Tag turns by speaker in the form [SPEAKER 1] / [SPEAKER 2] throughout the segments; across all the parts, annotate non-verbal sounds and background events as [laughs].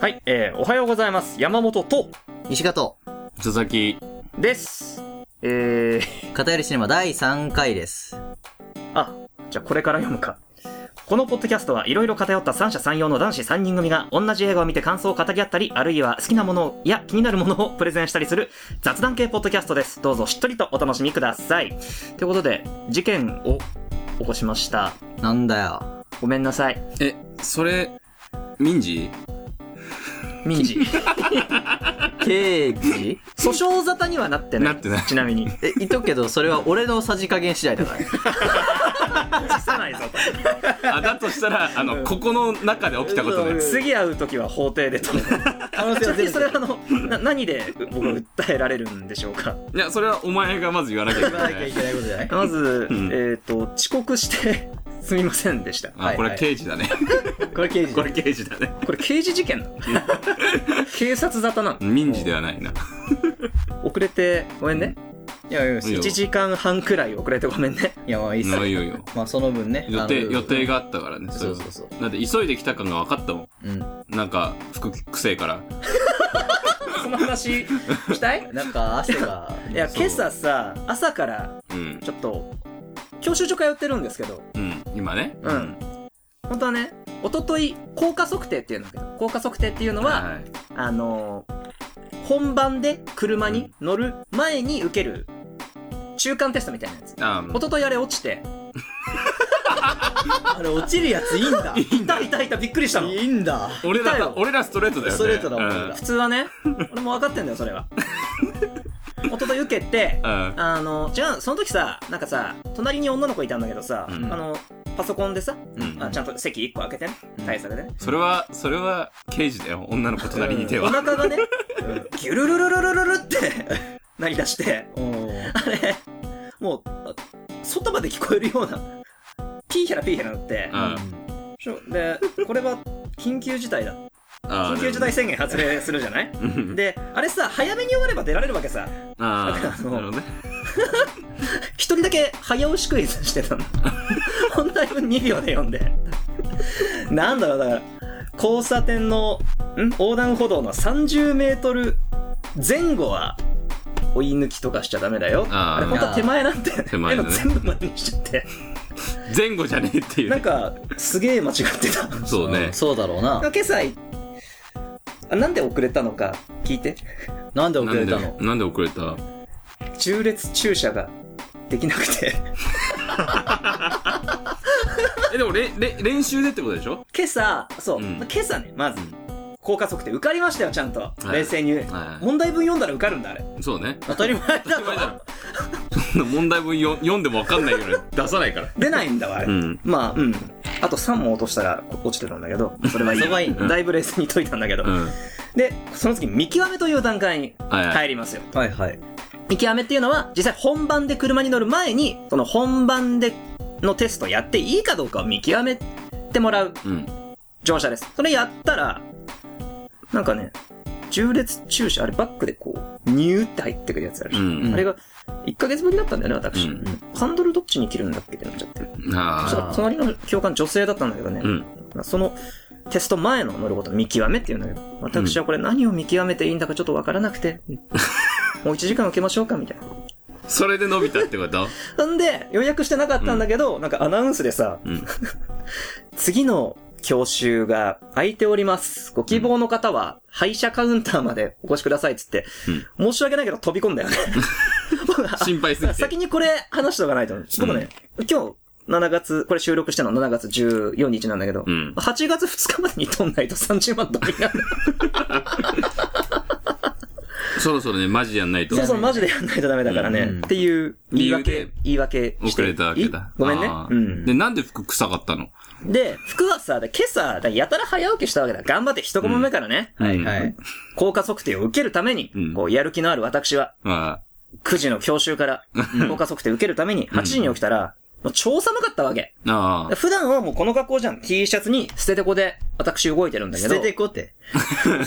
[SPEAKER 1] はい、えー、おはようございます。山本と、
[SPEAKER 2] 西加藤、
[SPEAKER 3] 佐々木。
[SPEAKER 1] です。えー、 [laughs]
[SPEAKER 2] 片寄りシネマ第3回です。
[SPEAKER 1] あ、じゃあこれから読むか。このポッドキャストはいろいろ偏った三者三様の男子三人組が同じ映画を見て感想を語り合ったり、あるいは好きなものをいや気になるものをプレゼンしたりする雑談系ポッドキャストです。どうぞしっとりとお楽しみください。ということで、事件を起こしました。
[SPEAKER 2] なんだよ。
[SPEAKER 1] ごめんなさい。
[SPEAKER 3] え、それ、民事
[SPEAKER 1] 民
[SPEAKER 3] [laughs]
[SPEAKER 1] 事。
[SPEAKER 2] 刑事
[SPEAKER 1] 訴訟沙汰にはなってない。
[SPEAKER 3] なってない
[SPEAKER 1] ちなみに。 [laughs]
[SPEAKER 2] え、言っとくけど、それは俺のさじ加減次第だから。
[SPEAKER 1] 辞さないぞ。
[SPEAKER 3] あ、だとしたら、あの、ここの中で起きたことね。
[SPEAKER 1] 次会う時は法廷でと。
[SPEAKER 4] 可能
[SPEAKER 1] ち
[SPEAKER 4] 性
[SPEAKER 1] な
[SPEAKER 4] は
[SPEAKER 1] みに
[SPEAKER 4] 全
[SPEAKER 1] そ
[SPEAKER 4] 部
[SPEAKER 1] れはあの、な何で僕は訴えられるんでしょうか
[SPEAKER 3] いや、それはお前がまず言わなきゃいけ
[SPEAKER 4] 言わ
[SPEAKER 3] な
[SPEAKER 4] なきゃい
[SPEAKER 3] い。
[SPEAKER 4] けないことじゃない
[SPEAKER 1] まず、
[SPEAKER 3] うん
[SPEAKER 1] えっ、と、遅刻して、 [laughs] すみませんでした。
[SPEAKER 3] あ、こ
[SPEAKER 4] はいは
[SPEAKER 3] れ
[SPEAKER 4] い
[SPEAKER 3] 刑事だね。
[SPEAKER 4] これ刑事
[SPEAKER 3] これ刑事だね。
[SPEAKER 1] これ刑事事件なの警察沙汰なの
[SPEAKER 3] 民事ではないな。
[SPEAKER 1] 遅れて、ごめんね。
[SPEAKER 4] いやいやい
[SPEAKER 3] いい
[SPEAKER 1] 1
[SPEAKER 3] よ
[SPEAKER 1] 時間半くらい遅れてごめんね。
[SPEAKER 4] やまあいいっす
[SPEAKER 3] まあいいよいいよ。
[SPEAKER 4] まあその分ね
[SPEAKER 3] 予
[SPEAKER 4] あ
[SPEAKER 3] 定、
[SPEAKER 4] の
[SPEAKER 3] 予定があったからね、
[SPEAKER 4] そ
[SPEAKER 3] それ
[SPEAKER 4] う
[SPEAKER 3] は
[SPEAKER 4] そうそう
[SPEAKER 3] だって急いで来た感が分かったも
[SPEAKER 4] うん
[SPEAKER 3] ん。なんか、服くせえから。
[SPEAKER 1] その話したい
[SPEAKER 4] なんか汗が
[SPEAKER 1] いや、
[SPEAKER 3] そう
[SPEAKER 1] 今朝さ、朝から、
[SPEAKER 3] うん。
[SPEAKER 1] ちょっと、教習所通ってるんですけど、
[SPEAKER 3] うん。今ね。
[SPEAKER 1] うん。本当はね、おととい、効果測定っていうのだけど、効果測定っていうのは、
[SPEAKER 3] はい。
[SPEAKER 1] あのー本番で車に乗る前に受ける中間テストみたいなやつ。
[SPEAKER 3] あ、
[SPEAKER 1] 一昨日あれ落ちて、
[SPEAKER 4] あれ落ちるやついいんだ
[SPEAKER 1] いたいたいた、びっくりしたの。
[SPEAKER 4] いいんだ
[SPEAKER 3] 俺
[SPEAKER 1] 来た
[SPEAKER 3] ら
[SPEAKER 1] よ、
[SPEAKER 3] 俺らストレートだよね。
[SPEAKER 4] ストレートだもん
[SPEAKER 3] うん
[SPEAKER 4] 俺ら
[SPEAKER 1] 普通はね、俺も分かってんだよ、そ
[SPEAKER 3] [laughs]
[SPEAKER 1] れは。一昨日受けて、
[SPEAKER 3] うん。
[SPEAKER 1] あの、違う、その時さ、なんかさ、隣に女の子いたんだけどさ、
[SPEAKER 3] うん
[SPEAKER 1] あの、パソコンでさ、
[SPEAKER 3] うん
[SPEAKER 1] あちゃんと席1個開けてね、対策でね。
[SPEAKER 3] それは、それは刑事だよ。女の子隣に手
[SPEAKER 1] お
[SPEAKER 3] は。
[SPEAKER 1] 腹がね、ギュルルルルルルルって [laughs] 鳴り出して、
[SPEAKER 4] おー
[SPEAKER 1] あれ、もう、あ外まで聞こえるような、ピーヘラピーヘラなって、
[SPEAKER 3] うん
[SPEAKER 1] ちょで、これは緊急事態だ。
[SPEAKER 3] あー
[SPEAKER 1] 緊急事態宣言発令するじゃない
[SPEAKER 3] うん
[SPEAKER 1] で、あれさ、早めに終われば出られるわけさ。
[SPEAKER 3] あ
[SPEAKER 1] だからあ
[SPEAKER 3] あ、
[SPEAKER 1] の
[SPEAKER 3] なるほどね。
[SPEAKER 1] 一人だけ早押しクイズして
[SPEAKER 3] [laughs]
[SPEAKER 1] たの。本題分2秒で読んで。なんだろう、だから、交差点の、ん横断歩道の30メートル前後は、追い抜きとかしちゃダメだよ。
[SPEAKER 3] あー
[SPEAKER 1] あれ、本当は手前なんだよね。
[SPEAKER 3] 手前だね
[SPEAKER 1] でも [laughs] 全部前にしちゃって。
[SPEAKER 3] 前後じゃねえっていう
[SPEAKER 1] なん
[SPEAKER 3] ね。
[SPEAKER 1] か、すげえ間違ってた。
[SPEAKER 3] そうね。
[SPEAKER 2] そうだろうな。
[SPEAKER 1] 今朝、あなんで遅れたのか聞いて。
[SPEAKER 2] なんで遅
[SPEAKER 3] なん
[SPEAKER 2] れ
[SPEAKER 3] で
[SPEAKER 2] たの、
[SPEAKER 3] なんで遅れた
[SPEAKER 1] 縦列駐車ができなくて。 [laughs]
[SPEAKER 3] え、でも、れ、れ、練習でってことでしょ
[SPEAKER 1] 今朝、そう、
[SPEAKER 3] うん
[SPEAKER 1] 今朝ね、まず
[SPEAKER 3] うん、
[SPEAKER 1] 効果測定受かりましたよ、ちゃんと。
[SPEAKER 3] い
[SPEAKER 1] 冷静に、
[SPEAKER 3] はい
[SPEAKER 1] 問題文読んだら受かるんだ、あれ。
[SPEAKER 3] そう [laughs] ね。
[SPEAKER 2] 当たり前だ
[SPEAKER 3] 当たり前だろ。そんな問題文よ読んでもわかんないから出さないから。
[SPEAKER 1] 出ないんだわ、あれ。
[SPEAKER 3] うん。
[SPEAKER 1] まあ、うん。あと3問落としたら落ちてるんだけど、それはいい。
[SPEAKER 2] それはいい
[SPEAKER 1] だいぶ冷静に解いたんだけど。
[SPEAKER 3] うん。
[SPEAKER 1] で、その次、見極めという段階に
[SPEAKER 3] はいはい
[SPEAKER 1] 入りますよ。
[SPEAKER 2] はいはい。
[SPEAKER 1] 見極めっていうのは、実際本番で車に乗る前に、その本番でのテストやっていいかどうかを見極めてもらう
[SPEAKER 3] うん。
[SPEAKER 1] 乗車です。それやったら、なんかね、縦列駐車、あれバックでこう、ニューって入ってくるやつあるじゃん。
[SPEAKER 3] うん
[SPEAKER 1] あれが、1ヶ月ぶりだったんだよね、私。
[SPEAKER 3] うん
[SPEAKER 1] ハンドルどっちに切るんだっけってなっちゃって。そした
[SPEAKER 3] あ
[SPEAKER 1] ら隣の教官女性だったんだけどね
[SPEAKER 3] あ。う、ん。
[SPEAKER 1] まあその、テスト前の乗ることを見極めっていうんだけど、私はこれ何を見極めていいんだかちょっとわからなく
[SPEAKER 3] [laughs]
[SPEAKER 1] て、もう1時間受けましょうか、みたいな。
[SPEAKER 3] それで伸びたってこと
[SPEAKER 1] なんで、予約してなかったんだけど、なんかアナウンスでさ、
[SPEAKER 3] うん。
[SPEAKER 1] 次の教習が空いております。ご希望の方は、廃車カウンターまでお越しくださいっつって、申し訳ないけど飛び込ん
[SPEAKER 3] [laughs]
[SPEAKER 1] だよね。僕は
[SPEAKER 3] 心配すぎて。
[SPEAKER 1] 先にこれ話しておかないと。僕ね、今日、7月、これ収録してるの7月14日なんだけど、
[SPEAKER 3] うん
[SPEAKER 1] 8月2日までに取んないと30万ドルになる。
[SPEAKER 3] そろそろね、マジやんないと
[SPEAKER 1] そう。そう、マジでやんないとダメだからね。
[SPEAKER 2] うん
[SPEAKER 1] っていう言い訳、言い訳して。
[SPEAKER 3] 遅れたわけだ
[SPEAKER 1] い。ごめんね
[SPEAKER 3] あ。
[SPEAKER 1] う
[SPEAKER 3] ー
[SPEAKER 1] ん。
[SPEAKER 3] で、なんで服臭かったの
[SPEAKER 1] で、服はさ、で今朝、やたら早起きしたわけだ。頑張って一コマ目からね、
[SPEAKER 3] はい
[SPEAKER 4] は。い
[SPEAKER 1] 効果測定を受けるために、
[SPEAKER 3] うん
[SPEAKER 1] こう、やる気のある私は、
[SPEAKER 3] ま
[SPEAKER 1] 9時の教習から、効果測定受けるために、8時に起きたら、もう超寒かったわけ。
[SPEAKER 3] あ、ああ。
[SPEAKER 1] 普段はもうこの格好じゃん。T シャツに捨ててこで、私動いてるんだけ
[SPEAKER 2] 捨
[SPEAKER 1] ど、
[SPEAKER 2] ててこって。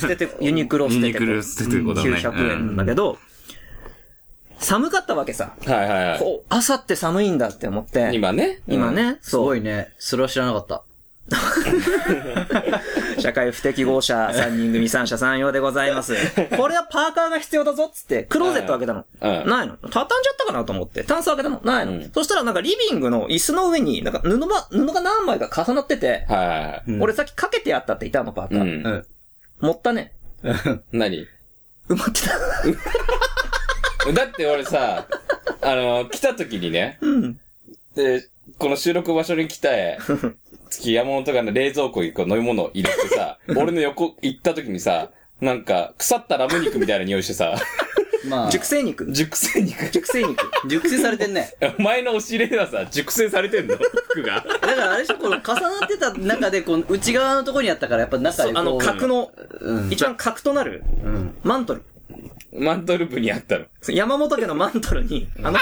[SPEAKER 1] 捨ててこ、ユニクロ捨
[SPEAKER 3] ユ
[SPEAKER 1] て
[SPEAKER 3] ニ
[SPEAKER 1] て
[SPEAKER 3] ク
[SPEAKER 1] こ。
[SPEAKER 3] ロ捨ててこだね。
[SPEAKER 1] 900円なんだけど、寒かったわけさ。
[SPEAKER 3] はいはいは
[SPEAKER 1] こう、朝って寒いんだって思って、
[SPEAKER 3] 今ね。
[SPEAKER 1] 今ね、
[SPEAKER 2] す
[SPEAKER 1] そ
[SPEAKER 2] ご
[SPEAKER 1] う。
[SPEAKER 2] いね。それは知らなかった。
[SPEAKER 1] 社会不適合者3人組三者三様でございます。 [laughs] これはパーカーが必要だぞっつって、クローゼット開けたの。
[SPEAKER 3] うん
[SPEAKER 1] ないの。畳んじゃったかなと思って。タンス開けたの。ないの。
[SPEAKER 3] うん
[SPEAKER 1] そしたらなんかリビングの椅子の上に、なんか布ば、布が何枚か重なってて、
[SPEAKER 3] はいはいはい。
[SPEAKER 4] うん
[SPEAKER 1] 俺さっきかけてあったって言ったの、パーカ
[SPEAKER 3] う。
[SPEAKER 1] ー。
[SPEAKER 4] うんん。
[SPEAKER 1] 持ったね。
[SPEAKER 3] 何
[SPEAKER 1] 埋まってた。
[SPEAKER 3] だって俺 [laughs] さ、あの、来た時にね、
[SPEAKER 1] うん。
[SPEAKER 3] で、この収録場所に来た [laughs] え、月山本がね冷蔵庫にこう飲み物を入れてさ、俺の横行った時にさ、なんか、腐ったラム肉みたいな匂いして [laughs] さ、
[SPEAKER 4] まあ、
[SPEAKER 1] [laughs] 熟成肉。
[SPEAKER 3] 熟成肉。
[SPEAKER 1] [laughs] 熟成肉。
[SPEAKER 4] 熟成されてんね。
[SPEAKER 3] お前の押し入れではさ、熟成されてんの服 [laughs] が。
[SPEAKER 4] だからあれでしょ、この重なってた中で、この内側のところにあったから、やっぱ中でこう。
[SPEAKER 1] あの、角の、
[SPEAKER 4] うん。
[SPEAKER 1] 一番角となる、
[SPEAKER 4] うん。
[SPEAKER 1] マントル。
[SPEAKER 3] マントル部にあったの。
[SPEAKER 1] 山本家のマントルに、 [laughs] あの、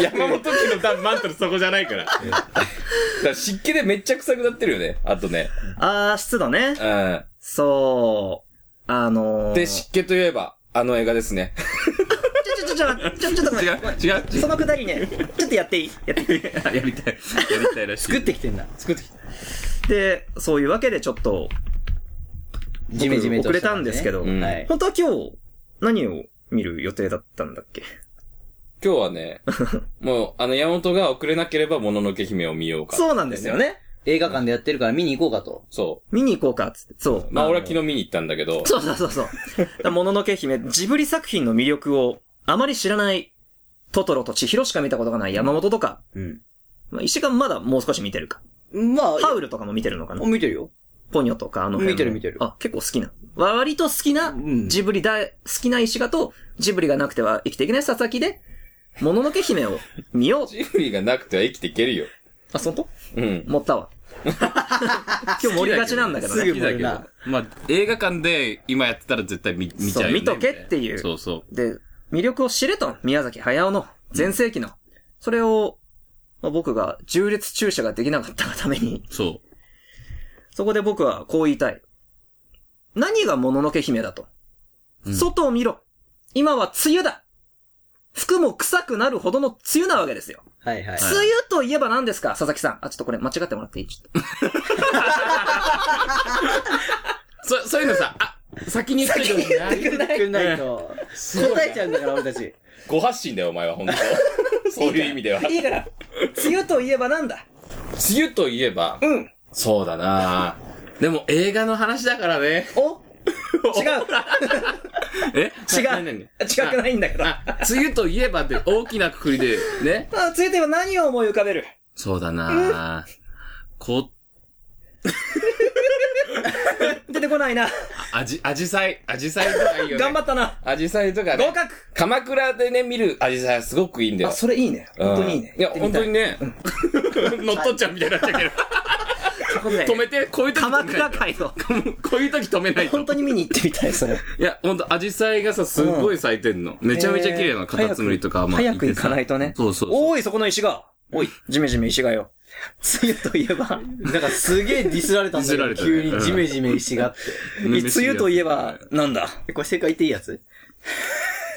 [SPEAKER 3] 山本家の段マントルそこじゃないから。だから湿気でめっちゃ臭くなってるよね。あとね。
[SPEAKER 1] あー、湿度ね。
[SPEAKER 3] うん。
[SPEAKER 1] そう。あのー、
[SPEAKER 3] で、湿気といえば、あの映画ですね。
[SPEAKER 1] ちょ、ちょ、ちょ、ちょ、ちょ、ちょっとごめん
[SPEAKER 3] 違う違う違。
[SPEAKER 1] そのくだりね、ちょっとやっていいやっていいう
[SPEAKER 3] やりたい。やりたいらしい。
[SPEAKER 4] 作ってきてんだ。
[SPEAKER 3] 作ってきた。
[SPEAKER 1] で、そういうわけでちょっと、
[SPEAKER 4] ジメジメと
[SPEAKER 1] 遅
[SPEAKER 4] し
[SPEAKER 1] れ
[SPEAKER 4] た
[SPEAKER 1] た
[SPEAKER 4] の
[SPEAKER 1] ん
[SPEAKER 4] ね
[SPEAKER 1] ですけど、
[SPEAKER 3] うん
[SPEAKER 4] はい。
[SPEAKER 1] 本当は今日、何を見る予定だったんだっけ
[SPEAKER 3] 今日は [laughs] ね、もう、あの、山本が遅れなければ、もののけ姫を見ようか。
[SPEAKER 1] そうなんですよ。ね。
[SPEAKER 4] 映画館でやってるから見に行こうかと。
[SPEAKER 3] そ
[SPEAKER 1] 見に行こうかっつって。そう
[SPEAKER 3] う。。まあ、
[SPEAKER 1] の
[SPEAKER 3] 俺は昨日見に行ったんだけど、
[SPEAKER 1] そうそうそうそう。もののけ姫、ジブリ作品の魅力を、あまり知らない、トトロと千尋しか見たことがない山本とか、
[SPEAKER 4] うん。
[SPEAKER 1] まあ、石がまだもう少し見てるか。
[SPEAKER 4] まあ、
[SPEAKER 1] ハウルとかも見てるのかな
[SPEAKER 4] 見てるよ。
[SPEAKER 1] ポニョとかあの辺の
[SPEAKER 4] 見てる見てる
[SPEAKER 1] あ、結構好きな。割と好きな
[SPEAKER 4] うん、
[SPEAKER 1] ジブリだ、好きな石がと、ジブリがなくては生きていけない佐々木で、もののけ姫を見よう。
[SPEAKER 3] ジブリがなくては生きていけるよ。
[SPEAKER 1] あ、そんと
[SPEAKER 3] うん。
[SPEAKER 1] 持った
[SPEAKER 3] [laughs]
[SPEAKER 1] わ。今日盛りがちなんだけどね。
[SPEAKER 4] すぐ盛るな。
[SPEAKER 3] まあ、映画館で今やってたら絶対見、見ち
[SPEAKER 1] そ
[SPEAKER 3] ゃうよ、ね。
[SPEAKER 1] う見とけっていう
[SPEAKER 3] そうそ
[SPEAKER 1] で、魅力を知れと、宮崎駿の、全盛期の。それを、まあ、僕が、重列注射ができなかったがために、
[SPEAKER 3] う。そ
[SPEAKER 1] そこで僕はこう言いたい。何がもののけ姫だと。
[SPEAKER 3] うん
[SPEAKER 1] 外を見ろ。今は梅雨だ。服も臭くなるほどの梅雨なわけですよ。
[SPEAKER 4] はいはい。
[SPEAKER 1] 梅雨といえば何ですか佐々木さん。あ、ちょっとこれ間違ってもらっていいちょっ
[SPEAKER 3] う。そ、そういうのさ、あ、先に言ってく
[SPEAKER 4] やってくんないないと。答えちゃうんだから、俺たち。
[SPEAKER 3] ご発信だよ、お前は、本当 [laughs] そういう意味では。
[SPEAKER 1] と。いいから。梅雨といえばなんだ
[SPEAKER 3] 梅雨といえば、
[SPEAKER 1] うん。
[SPEAKER 3] そうだなでも映画の話だからね。
[SPEAKER 1] お違う。
[SPEAKER 3] [laughs] え
[SPEAKER 1] 違
[SPEAKER 3] な
[SPEAKER 1] う。
[SPEAKER 3] な
[SPEAKER 1] 違
[SPEAKER 3] に
[SPEAKER 1] くないんだけど。あ
[SPEAKER 3] あ、梅雨といえばって大きなくくりで、ね。
[SPEAKER 1] 梅雨といえば何を思い浮かべる
[SPEAKER 3] そうだなこ、
[SPEAKER 1] 出てこないな。
[SPEAKER 3] あじ、あじさい、あじさいとかいいよね。
[SPEAKER 1] 頑張ったな。
[SPEAKER 3] あじさいとか
[SPEAKER 1] 合
[SPEAKER 3] ね。
[SPEAKER 1] 格
[SPEAKER 3] 鎌倉でね、見るあじさいはすごくいいんだよ
[SPEAKER 1] あ、。それいいね。
[SPEAKER 3] うん
[SPEAKER 1] 本当にいいね。
[SPEAKER 3] いや、
[SPEAKER 1] やってみ
[SPEAKER 3] 本
[SPEAKER 1] た
[SPEAKER 3] 当にね、 [laughs] 乗っ取っちゃうみたいになっちゃ
[SPEAKER 1] [laughs]
[SPEAKER 3] うけど。
[SPEAKER 1] ということで
[SPEAKER 3] 止めて、こういう時止
[SPEAKER 1] 鎌
[SPEAKER 3] めな
[SPEAKER 1] 倉
[SPEAKER 3] い
[SPEAKER 1] 会
[SPEAKER 3] [laughs]
[SPEAKER 1] を。
[SPEAKER 3] こういう時止めないと
[SPEAKER 1] 本。当に見に行ってみたい、それ。
[SPEAKER 3] いや、ほんと、アジサイがさ、すっごい咲いてんの。めちゃめちゃ綺麗なカタツムリとか、まあ
[SPEAKER 1] 早く行かないとね。
[SPEAKER 3] そうそうそう
[SPEAKER 1] おーい、そこの石が。おい、ジメジメ石がよ。梅雨といえば、
[SPEAKER 4] なんかすげえディスられたんだけど、
[SPEAKER 3] ディスられ
[SPEAKER 4] 急
[SPEAKER 3] たね
[SPEAKER 4] にジメジメ石があって。
[SPEAKER 1] 梅雨といえば、なんだ。
[SPEAKER 4] えこれ正解言っていいやつ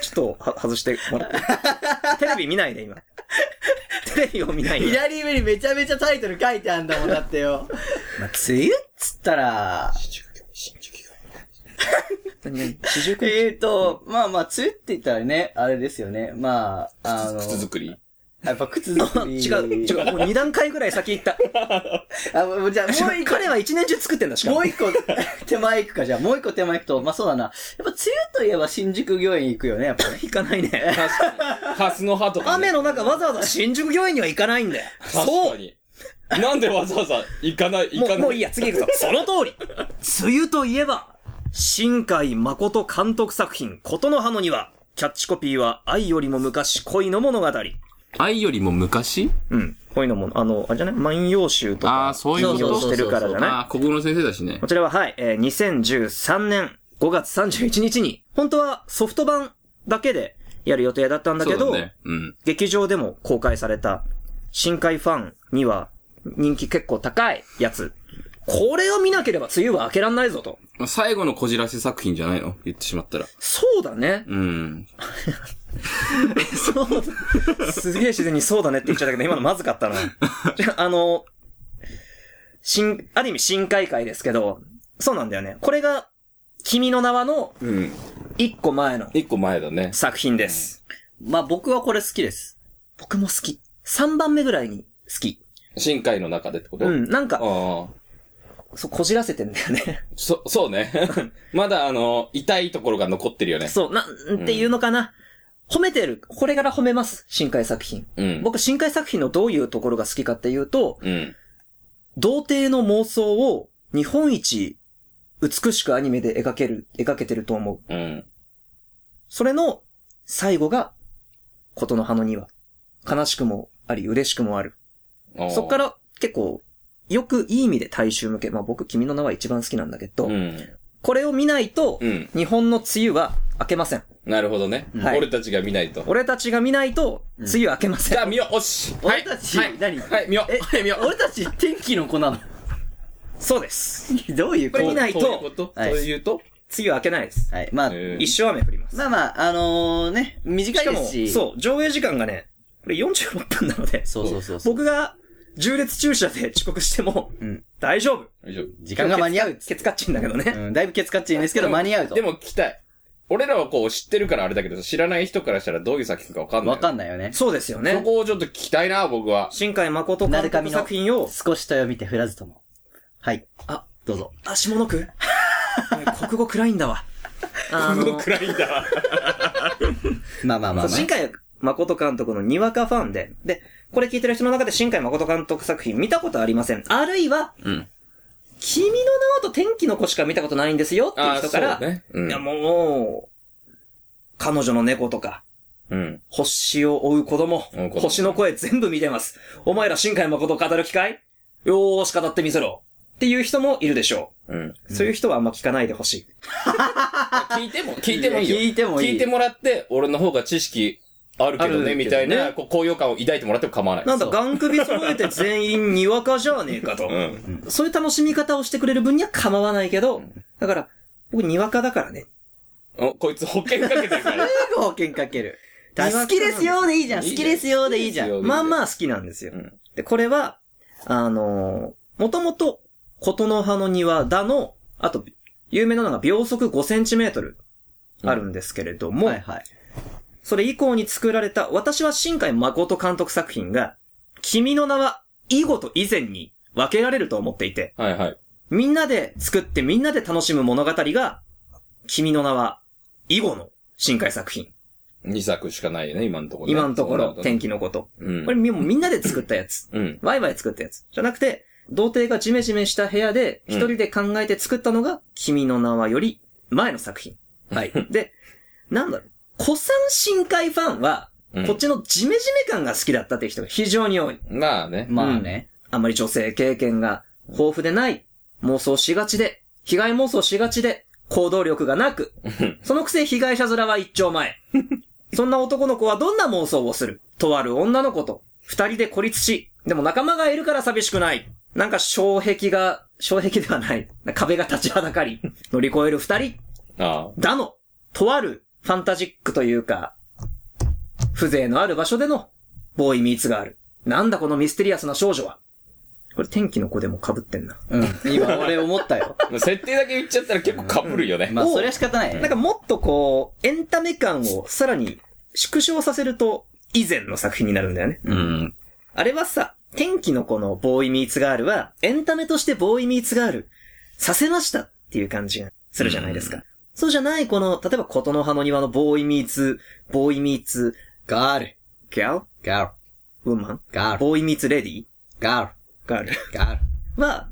[SPEAKER 1] ちょっと、は外してもらって。 [laughs] テレビ見ないで、今。テレビを見ないで。
[SPEAKER 4] 左上にめちゃめちゃタイトル書いてあんだもんだってよ。まあ、梅雨っつったら、
[SPEAKER 1] 四十九日
[SPEAKER 4] えーと、まあまあ、梅雨って言ったらね、あれですよね。まあ、あの、
[SPEAKER 3] 靴作り。
[SPEAKER 4] やっぱ靴作り。
[SPEAKER 1] [laughs] 違う、違う、もう二段階ぐらい先行った。
[SPEAKER 4] あ、もうじゃあもう一個、
[SPEAKER 1] 彼は一年中作ってんだ、しか
[SPEAKER 4] も
[SPEAKER 1] も。
[SPEAKER 4] う一個 [laughs] 手前行くか、じゃあもう一個手前行くと、まあそうだな。やっぱ梅雨といえば新宿御苑行くよね、やっぱね。
[SPEAKER 1] 行かないね。
[SPEAKER 3] ハスの葉とかね。
[SPEAKER 1] 雨の中わざわざ新宿御苑には行かないんだよ。
[SPEAKER 3] そうなんでわざわざ行かない、行
[SPEAKER 1] も
[SPEAKER 3] かな
[SPEAKER 1] う、
[SPEAKER 3] い。
[SPEAKER 1] もういいや、次行くぞ。その通り梅雨といえば、新海誠監督作品、ことの葉の庭。キャッチコピーは、愛よりも昔、恋の物語。
[SPEAKER 3] [laughs] 愛よりも昔
[SPEAKER 1] うん。恋の物、あの、あれじゃない万葉集と
[SPEAKER 3] あ
[SPEAKER 1] か
[SPEAKER 3] ー、そういうこ
[SPEAKER 1] 引
[SPEAKER 3] と
[SPEAKER 1] 用してるからじゃない
[SPEAKER 3] あー、国語の先生だしね
[SPEAKER 1] こ。ちらは、はい、えー、2013年5月31日に、本当はソフト版だけでやる予定だったんだけ
[SPEAKER 3] そ
[SPEAKER 1] ど、
[SPEAKER 3] うね。うん。
[SPEAKER 1] 劇場でも公開された、深海ファンには人気結構高いやつ。これを見なければ梅雨は明けらんないぞと。
[SPEAKER 3] まあ最後のこじらせ作品じゃないの言ってしまったら。
[SPEAKER 1] そうだね。 [laughs]
[SPEAKER 3] うん。
[SPEAKER 1] そう [laughs] だ。すげえ自然にそうだねって言っちゃったけど、今のまずかったな。じゃあ、あの、新、ある意味新海会ですけど、そうなんだよね。これが、君の名はの
[SPEAKER 3] うん。
[SPEAKER 1] 一個前の
[SPEAKER 3] 一個前だね。
[SPEAKER 1] 作品です。
[SPEAKER 4] まあ僕はこれ好きです。
[SPEAKER 1] 僕も好き。3番目ぐらいに好き。
[SPEAKER 3] 深海の中でってこと
[SPEAKER 1] う
[SPEAKER 3] あ
[SPEAKER 1] ん、なんか、
[SPEAKER 3] あ。
[SPEAKER 1] そう、こじらせてんだよね。
[SPEAKER 3] そ、そうね。 [laughs] まだあの、痛いところが残ってるよね。
[SPEAKER 1] そう、なんていうのかな。褒めてる。これから褒めます。深海作品。
[SPEAKER 3] うん。
[SPEAKER 1] 僕、深海作品のどういうところが好きかっていうと、
[SPEAKER 3] うん。
[SPEAKER 1] 童貞の妄想を日本一美しくアニメで描ける、描けてると思う。
[SPEAKER 3] うん。
[SPEAKER 1] それの最後が、ことの葉の庭。悲しくもあり、嬉しくもある。
[SPEAKER 3] おー
[SPEAKER 1] そっか、ら結構、よくいい意味で大衆向け。まあ僕、君の名は一番好きなんだけど、
[SPEAKER 3] うん。
[SPEAKER 1] これを見ないと、
[SPEAKER 3] うん。
[SPEAKER 1] 日本の梅雨は明けません。
[SPEAKER 3] なるほどね。
[SPEAKER 1] はい
[SPEAKER 3] 俺たちが見ないと。
[SPEAKER 1] 俺たちが見ないと、梅雨明けません。
[SPEAKER 3] じゃあ見よう。おし。
[SPEAKER 4] 俺たち、
[SPEAKER 3] はい。
[SPEAKER 4] 何
[SPEAKER 3] はい、見よう。はい、見よう。
[SPEAKER 4] 俺たち天気の子なの
[SPEAKER 1] そうです。
[SPEAKER 4] [laughs] どういう
[SPEAKER 1] こ
[SPEAKER 4] こ
[SPEAKER 1] れ
[SPEAKER 4] と
[SPEAKER 1] 見ないと
[SPEAKER 3] そういうことそう
[SPEAKER 4] はい
[SPEAKER 3] いうと
[SPEAKER 1] 梅雨明けないです。
[SPEAKER 4] はい。まあ、
[SPEAKER 3] えー
[SPEAKER 1] 一生雨降ります。
[SPEAKER 4] まあまあ、あのー、ね、短
[SPEAKER 1] しか
[SPEAKER 4] いで
[SPEAKER 1] も、
[SPEAKER 4] すし。
[SPEAKER 1] そう、上映時間がね、これ46分なので、
[SPEAKER 4] そうそうそうそう。
[SPEAKER 1] 僕が重列駐車で遅刻しても、
[SPEAKER 4] うん
[SPEAKER 1] 大丈夫。
[SPEAKER 3] 大丈夫。
[SPEAKER 4] 時間が間に合うっつ
[SPEAKER 1] ケツカッチンだけどね。
[SPEAKER 4] うん、だいぶケツカッチンですけど、間に合うと。
[SPEAKER 3] でも聞きたい。俺らはこう知ってるからあれだけど、知らない人からしたらどういう作品かわかんない。
[SPEAKER 4] わか
[SPEAKER 3] ん
[SPEAKER 4] んないよね。
[SPEAKER 1] そうですよ
[SPEAKER 3] ない。
[SPEAKER 1] ね
[SPEAKER 3] そ。こをちょっと聞きたいな、僕は。 [laughs]
[SPEAKER 1] 新海誠監督の作品を、
[SPEAKER 4] 少しと読みて振らずとも。はい。
[SPEAKER 1] あ、
[SPEAKER 4] どうぞ。
[SPEAKER 1] あ、下の
[SPEAKER 4] [laughs]
[SPEAKER 1] 句国語暗いんだわ。あの、
[SPEAKER 3] 暗いんだわ。
[SPEAKER 4] まあまあまあ、まあ。
[SPEAKER 1] 新海誠監督のにわかファンで、で、これ聞いてる人の中で新海誠監督作品見たことありません。あるいは、
[SPEAKER 3] うん。
[SPEAKER 1] 君の名はと天気の子しか見たことないんですよっていう
[SPEAKER 3] ああ、
[SPEAKER 1] 人
[SPEAKER 3] そ
[SPEAKER 1] か
[SPEAKER 3] う
[SPEAKER 1] ら、
[SPEAKER 3] ね。う
[SPEAKER 1] いや
[SPEAKER 3] ん。
[SPEAKER 1] もう、彼女の猫とか、
[SPEAKER 3] うん。
[SPEAKER 1] 星を追う子供
[SPEAKER 3] 追う子、供
[SPEAKER 1] 星の声全部見てます。お前ら新海誠を語る機会よーし語ってみせろ。っていう人もいるでしょ
[SPEAKER 3] うん。
[SPEAKER 1] う。そういう人はあんま聞かないでほしい。
[SPEAKER 3] 聞いても、聞いてもいいよ。
[SPEAKER 4] 聞いてもいい
[SPEAKER 3] 聞いてもらって、俺の方が知識あるけど
[SPEAKER 4] あるけど
[SPEAKER 3] ね、
[SPEAKER 4] ね
[SPEAKER 3] みたいな、こう高揚感を抱いてもらっても構わない。
[SPEAKER 1] なんだ、ガン首揃えて全員にわかじゃねえかと
[SPEAKER 3] う。ん。
[SPEAKER 1] そういう楽しみ方をしてくれる分には構わないけど、だから、僕にわかだからね。
[SPEAKER 3] おこいつ保険かけてるか
[SPEAKER 2] [laughs]
[SPEAKER 3] ら。
[SPEAKER 4] すぐ保険かける。
[SPEAKER 1] だ
[SPEAKER 4] 好きですよーでいいじゃん。
[SPEAKER 3] いい
[SPEAKER 4] 好
[SPEAKER 3] ね
[SPEAKER 4] きですよーでいいじゃん。
[SPEAKER 3] 好きですよ
[SPEAKER 1] まあまあ好きなんですよ
[SPEAKER 3] うん。
[SPEAKER 1] で、これは、あのー、もともと、琴の葉の庭だの、あと、有名なのが秒速5センチメートルあるんですけれども、
[SPEAKER 4] はいはい。
[SPEAKER 1] それ以降に作られた、私は新海誠監督作品が、君の名は、以後と以前に分けられると思っていて、
[SPEAKER 3] はいはい。
[SPEAKER 1] みんなで作ってみんなで楽しむ物語が、君の名は、以後の新海作品。
[SPEAKER 3] 2作しかないよね、今のところね。
[SPEAKER 1] 今のところ、天
[SPEAKER 3] 気。
[SPEAKER 1] 気のこと。
[SPEAKER 3] うん
[SPEAKER 1] これ。みみんなで作ったやつ。
[SPEAKER 3] うん。
[SPEAKER 1] ワイワイ作ったやつ。じゃなくて、童貞がジメジメした部屋で、
[SPEAKER 3] うん
[SPEAKER 1] 一人で考えて作ったのが、君の名はより前の作品。
[SPEAKER 4] はい。
[SPEAKER 1] [laughs] で、なんだろう、古参深海ファンは、
[SPEAKER 3] うん
[SPEAKER 1] こっちのジメジメ感が好きだったっていう人が非常に多い。
[SPEAKER 3] まあね。
[SPEAKER 4] まあね。
[SPEAKER 1] あんまり女性経験が豊富でない、妄想しがちで、被害妄想しがちで、行動力がなく、そのくせ被害者面は一丁前。そんな男の子はどんな妄想をするとある女の子と、二人で孤立し、でも仲間がいるから寂しくない。なんか障壁が、障壁ではない。壁が立ちはだかり、乗り越える二人、
[SPEAKER 3] ああ。
[SPEAKER 1] だの、とあるファンタジックというか、風情のある場所でのボーイミーツがある。なんだこのミステリアスな少女は。これ天気の子でも被ってんな。
[SPEAKER 4] うん。今俺思った [laughs] よ。
[SPEAKER 3] 設定だけ言っちゃったら結構かぶるよね。
[SPEAKER 4] まあ
[SPEAKER 1] おう
[SPEAKER 4] それは仕方ない
[SPEAKER 1] なん
[SPEAKER 4] ね。
[SPEAKER 1] かもっとこう、エンタメ感をさらに縮小させると、以前の作品になるんだよね。
[SPEAKER 3] うん。
[SPEAKER 1] あれはさ、天気の子のボーイミーツガールは、エンタメとしてボーイミーツガールさせましたっていう感じがするじゃないですか。そうじゃない、この、例えば、琴の葉の庭のボーイミーツ、ボーイミーツ、
[SPEAKER 4] ガール、
[SPEAKER 1] ギャル
[SPEAKER 4] ガール、
[SPEAKER 1] ウーマン
[SPEAKER 4] ガール、
[SPEAKER 1] ボーイミーツレディ
[SPEAKER 4] ガール、
[SPEAKER 1] ガール
[SPEAKER 4] ガール。
[SPEAKER 1] は、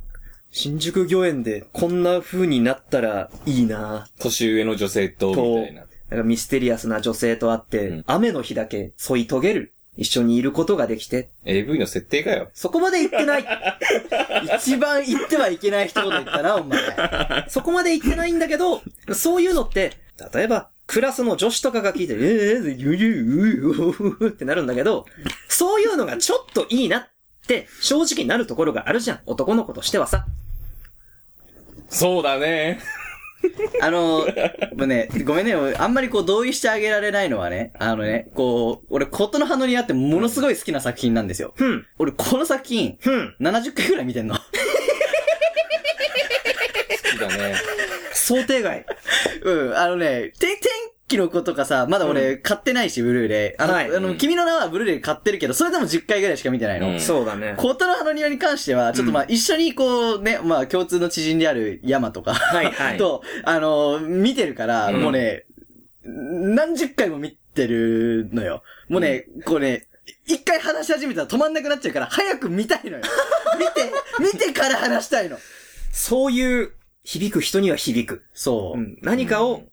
[SPEAKER 1] 新宿御苑でこんな風になったらいいな
[SPEAKER 3] 年上の女性と、み
[SPEAKER 1] と
[SPEAKER 3] たいな。、
[SPEAKER 1] なんかミステリアスな女性と会って、
[SPEAKER 3] うん
[SPEAKER 1] 雨の日だけ添い遂げる。一緒にいることができて、
[SPEAKER 3] AV の設定かよ。
[SPEAKER 1] そこまで行って
[SPEAKER 3] [laughs]
[SPEAKER 1] ない。
[SPEAKER 4] 一番言ってはいけない一言言ったな、お前。
[SPEAKER 1] そこまで行ってないんだけど、そういうのって、例えば、クラスの女子とかが聞いて、えー、ゆゆううううってなるんだけど、そういうのがちょっといいなって、正直なるところがあるじゃん。男の子としてはさ。
[SPEAKER 3] そうだね。
[SPEAKER 4] あの、もうね、ごめんね、あんまりこう同意してあげられないのはね、あのね、こう、俺、ことの葉のにあってものすごい好きな作品なんですよ。
[SPEAKER 1] ふん、
[SPEAKER 4] 俺、この作品、
[SPEAKER 1] ふん。
[SPEAKER 4] 70回くらい見てんの。 [laughs]
[SPEAKER 3] だね。
[SPEAKER 1] 想定外。
[SPEAKER 4] うん、あのね、て天気の子とかさ、まだ俺買ってないし、ブルーレイ。あの、
[SPEAKER 1] はい
[SPEAKER 4] あの君の名はブルーレイ買ってるけど、それでも10回ぐらいしか見てないの。
[SPEAKER 3] うん
[SPEAKER 1] そうだね。
[SPEAKER 4] [laughs] コートの葉の庭に関しては、ちょっとまあ一緒にこうね、まあ共通の知人である山とか、
[SPEAKER 1] はいはい
[SPEAKER 4] と、あのー見てるから、
[SPEAKER 3] うん
[SPEAKER 4] もうね、何十回も見てるのよ。もうね、こうね、一回話し始めたら止まんなくなっちゃうから、早く見たいの
[SPEAKER 1] [laughs]
[SPEAKER 4] よ。見て、見てから話したいの。
[SPEAKER 1] そういう、響く人には響く。
[SPEAKER 4] そうう。
[SPEAKER 1] ん。何かを